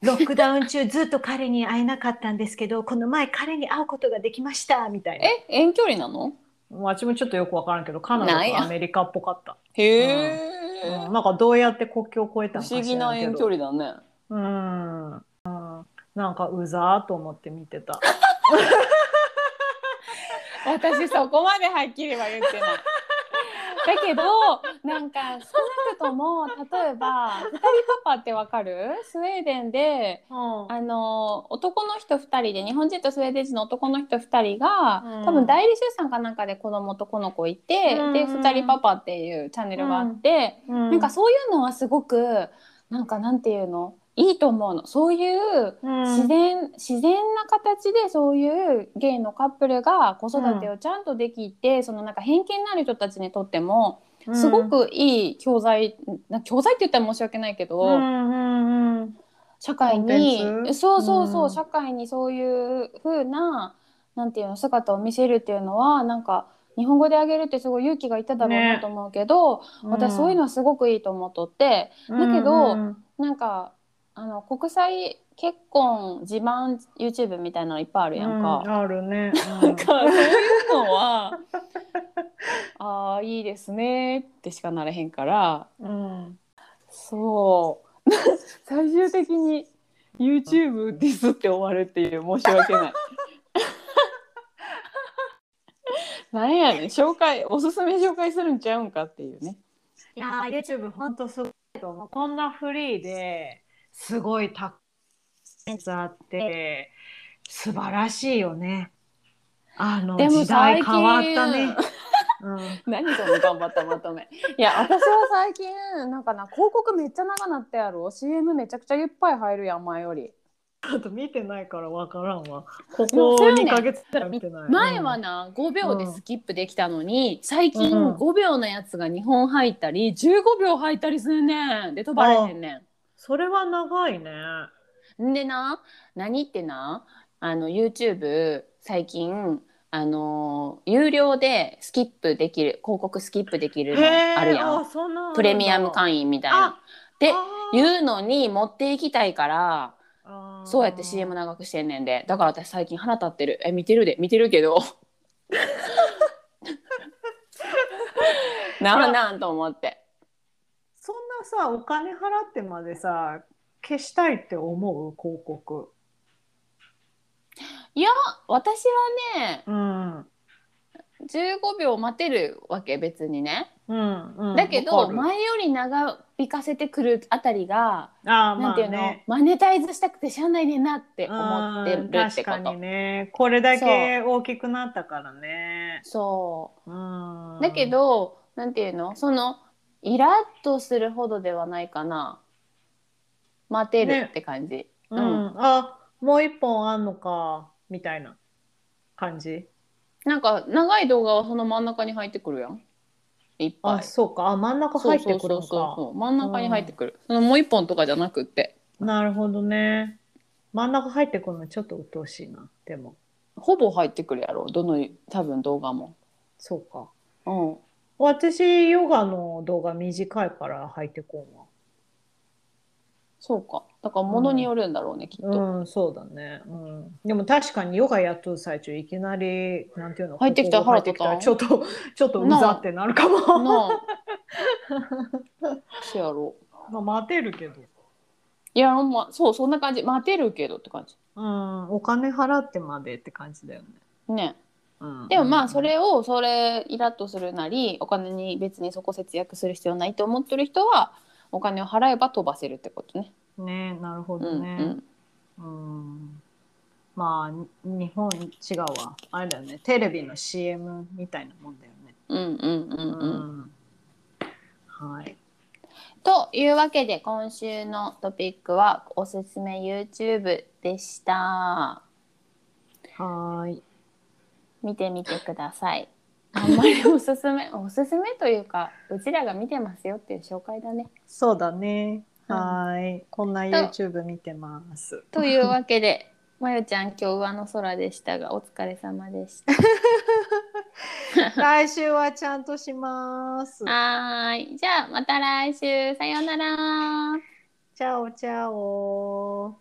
Speaker 2: ロックダウン中ずっと彼に会えなかったんですけどこの前彼に会うことができましたみたいな
Speaker 1: え遠距離なの
Speaker 2: 私もちょっとよくわからんけどカナダ
Speaker 1: なん
Speaker 2: と
Speaker 1: や
Speaker 2: アメリカっぽかった、
Speaker 1: へえ、
Speaker 2: うん、なんかどうやって国境を越えたの
Speaker 1: 不
Speaker 2: か知ら
Speaker 1: 思
Speaker 2: んけど
Speaker 1: 議な遠距離だね
Speaker 2: うん、うん、なんかうざーと思って見てた
Speaker 1: 私そこまではっきりは言ってない。 だけどなんか少なくとも例えば「二人パパ」ってわかるスウェーデンで
Speaker 2: うん
Speaker 1: あの男の人2人で日本人とスウェーデン人の男の人2人が、
Speaker 2: うん
Speaker 1: 多分代理出産かなんかで子供男の子いて、
Speaker 2: うん
Speaker 1: で「二人パパ」っていうチャンネルがあって、
Speaker 2: な
Speaker 1: なんかそういうのはすごくなんかなんていうのいいと思うの。そういう自然自然な形でそういうゲイのカップルが子育てをちゃんとできて、そのなんか偏見のある人たちにとってもすごくいい教材、な教材って言ったら申し訳ないけど、
Speaker 2: うんうんうん
Speaker 1: 社会に
Speaker 2: コンテンツ
Speaker 1: そうそうそう、
Speaker 2: うん
Speaker 1: 社会にそういう風ななんていうの姿を見せるっていうのはなんか日本語であげるってすごい勇気がいっただろうなと思うけど、私そういうのはすごくいいと思っとって、だけど
Speaker 2: うん
Speaker 1: なんかあの国際結婚自慢 YouTube みたいなのいっぱいあるやんか。
Speaker 2: うんあるね、
Speaker 1: なんかそういうのはああいいですねってしかなれへんから
Speaker 2: うんうん
Speaker 1: そう最終的に YouTube ディスって終わるっていう申し訳 ない。なんやねん紹介おすすめ紹介するんちゃうんかっていうね。
Speaker 2: いやー YouTube ほんとすごいと思うこんなフリーですごいたくさんあって素晴らしいよねあの
Speaker 1: でも
Speaker 2: 時
Speaker 1: 最
Speaker 2: 代変わった
Speaker 1: 近
Speaker 2: ね、うん、
Speaker 1: 何その頑張ったまとめ。いや私は最近なんかな広告めっちゃ長なったやろ CM めちゃくちゃいっぱい入るやん前より。
Speaker 2: ちょっと見てないからわからんわこ
Speaker 1: も
Speaker 2: こ
Speaker 1: そうやね
Speaker 2: 2ヶ月くらい見てない
Speaker 1: 前はな5秒でスキップできたのに、最近
Speaker 2: うん
Speaker 1: 5秒のやつが2本入ったり15秒入ったりするねんで飛ばれへんね
Speaker 2: それは長いね
Speaker 1: ん。んでな何ってなあの YouTube 最近あのー有料でスキップできる広告スキップできるの
Speaker 2: へー
Speaker 1: あるやん
Speaker 2: あそんなんあるんだ
Speaker 1: プレミアム会員みたいな
Speaker 2: あ。
Speaker 1: で
Speaker 2: あー
Speaker 1: いうのに持っていきたいから
Speaker 2: あー
Speaker 1: そうやって CM 長くしてんねんでだから私最近腹立ってるえ見てるで見てるけ どなんなんと思って
Speaker 2: そんなさお金払ってまでさ消したいって思う広告
Speaker 1: 私はね
Speaker 2: うんうん
Speaker 1: 15秒待てるわけ別にね、
Speaker 2: うん
Speaker 1: だけ
Speaker 2: わ
Speaker 1: ど
Speaker 2: かる
Speaker 1: 前より長引かせてくるあたりが、
Speaker 2: あーま
Speaker 1: なん
Speaker 2: あ
Speaker 1: ていうの、
Speaker 2: ね
Speaker 1: マネタイズしたくてしゃあないねんなって思って
Speaker 2: うん
Speaker 1: るって
Speaker 2: 確
Speaker 1: こ
Speaker 2: かに
Speaker 1: と。
Speaker 2: ねこれだけ大きくなったからね
Speaker 1: そう
Speaker 2: うん
Speaker 1: だけど、なんていうのそのイラッとするほどではないかな待てる
Speaker 2: ね
Speaker 1: って感じ、
Speaker 2: う
Speaker 1: うん
Speaker 2: んあもう一本あんのかみたいな感じ
Speaker 1: なんか長い動画はその真ん中に入ってくるやんいっぱ
Speaker 2: あ
Speaker 1: い
Speaker 2: そうかあ真ん中入ってくるのか
Speaker 1: 真ん中に入ってくる、そのもう一本とかじゃなくって
Speaker 2: なるほどね真ん中入ってくるのちょっと鬱陶しいなでも
Speaker 1: ほぼ入ってくるやろどの多分動画も
Speaker 2: そうか
Speaker 1: うん
Speaker 2: 私ヨガの動画短いから入ってこ
Speaker 1: そうかだからものによるんだろうね、きっ
Speaker 2: んわ
Speaker 1: と
Speaker 2: うんそうだね、うん、でも確かにヨガやっとる最中いきなりなんていうの
Speaker 1: 入ってきた
Speaker 2: ここ入ってきた
Speaker 1: 腹
Speaker 2: ちょっ
Speaker 1: 立
Speaker 2: と ちょっとうざってなるかも
Speaker 1: なあせやろ
Speaker 2: まあ待てるけど
Speaker 1: いやほんまそうそんな感じ待てるけどって感じ
Speaker 2: うんお金払ってまでって感じだよね、
Speaker 1: ね
Speaker 2: うん、
Speaker 1: でもまあそれをそれイラッとするなりお金に別にそこ節約する必要ないと思ってる人はお金を払えば飛ばせるってことね。
Speaker 2: ねなるほ
Speaker 1: う
Speaker 2: ど
Speaker 1: ん
Speaker 2: ね、
Speaker 1: うん、
Speaker 2: うんまあに日本違うわあれだよねテレビの CM みたいなもんだよね。
Speaker 1: うんうんう
Speaker 2: うん
Speaker 1: うん。
Speaker 2: はい、
Speaker 1: というわけで今週のトピックはおすすめ YouTube でした。
Speaker 2: はーい
Speaker 1: 見てみてください。あんまりおすすめ おすすめというかうちらが見てますよっていう紹介だね。
Speaker 2: そうだね
Speaker 1: うん
Speaker 2: はーいこんな YouTube 見てます。
Speaker 1: というわけでまゆちゃん今日上の空でしたがお疲れ様でした。
Speaker 2: 来週はちゃんとします。
Speaker 1: はーい。じゃあまた来週。さようなら。
Speaker 2: チャオチャオ。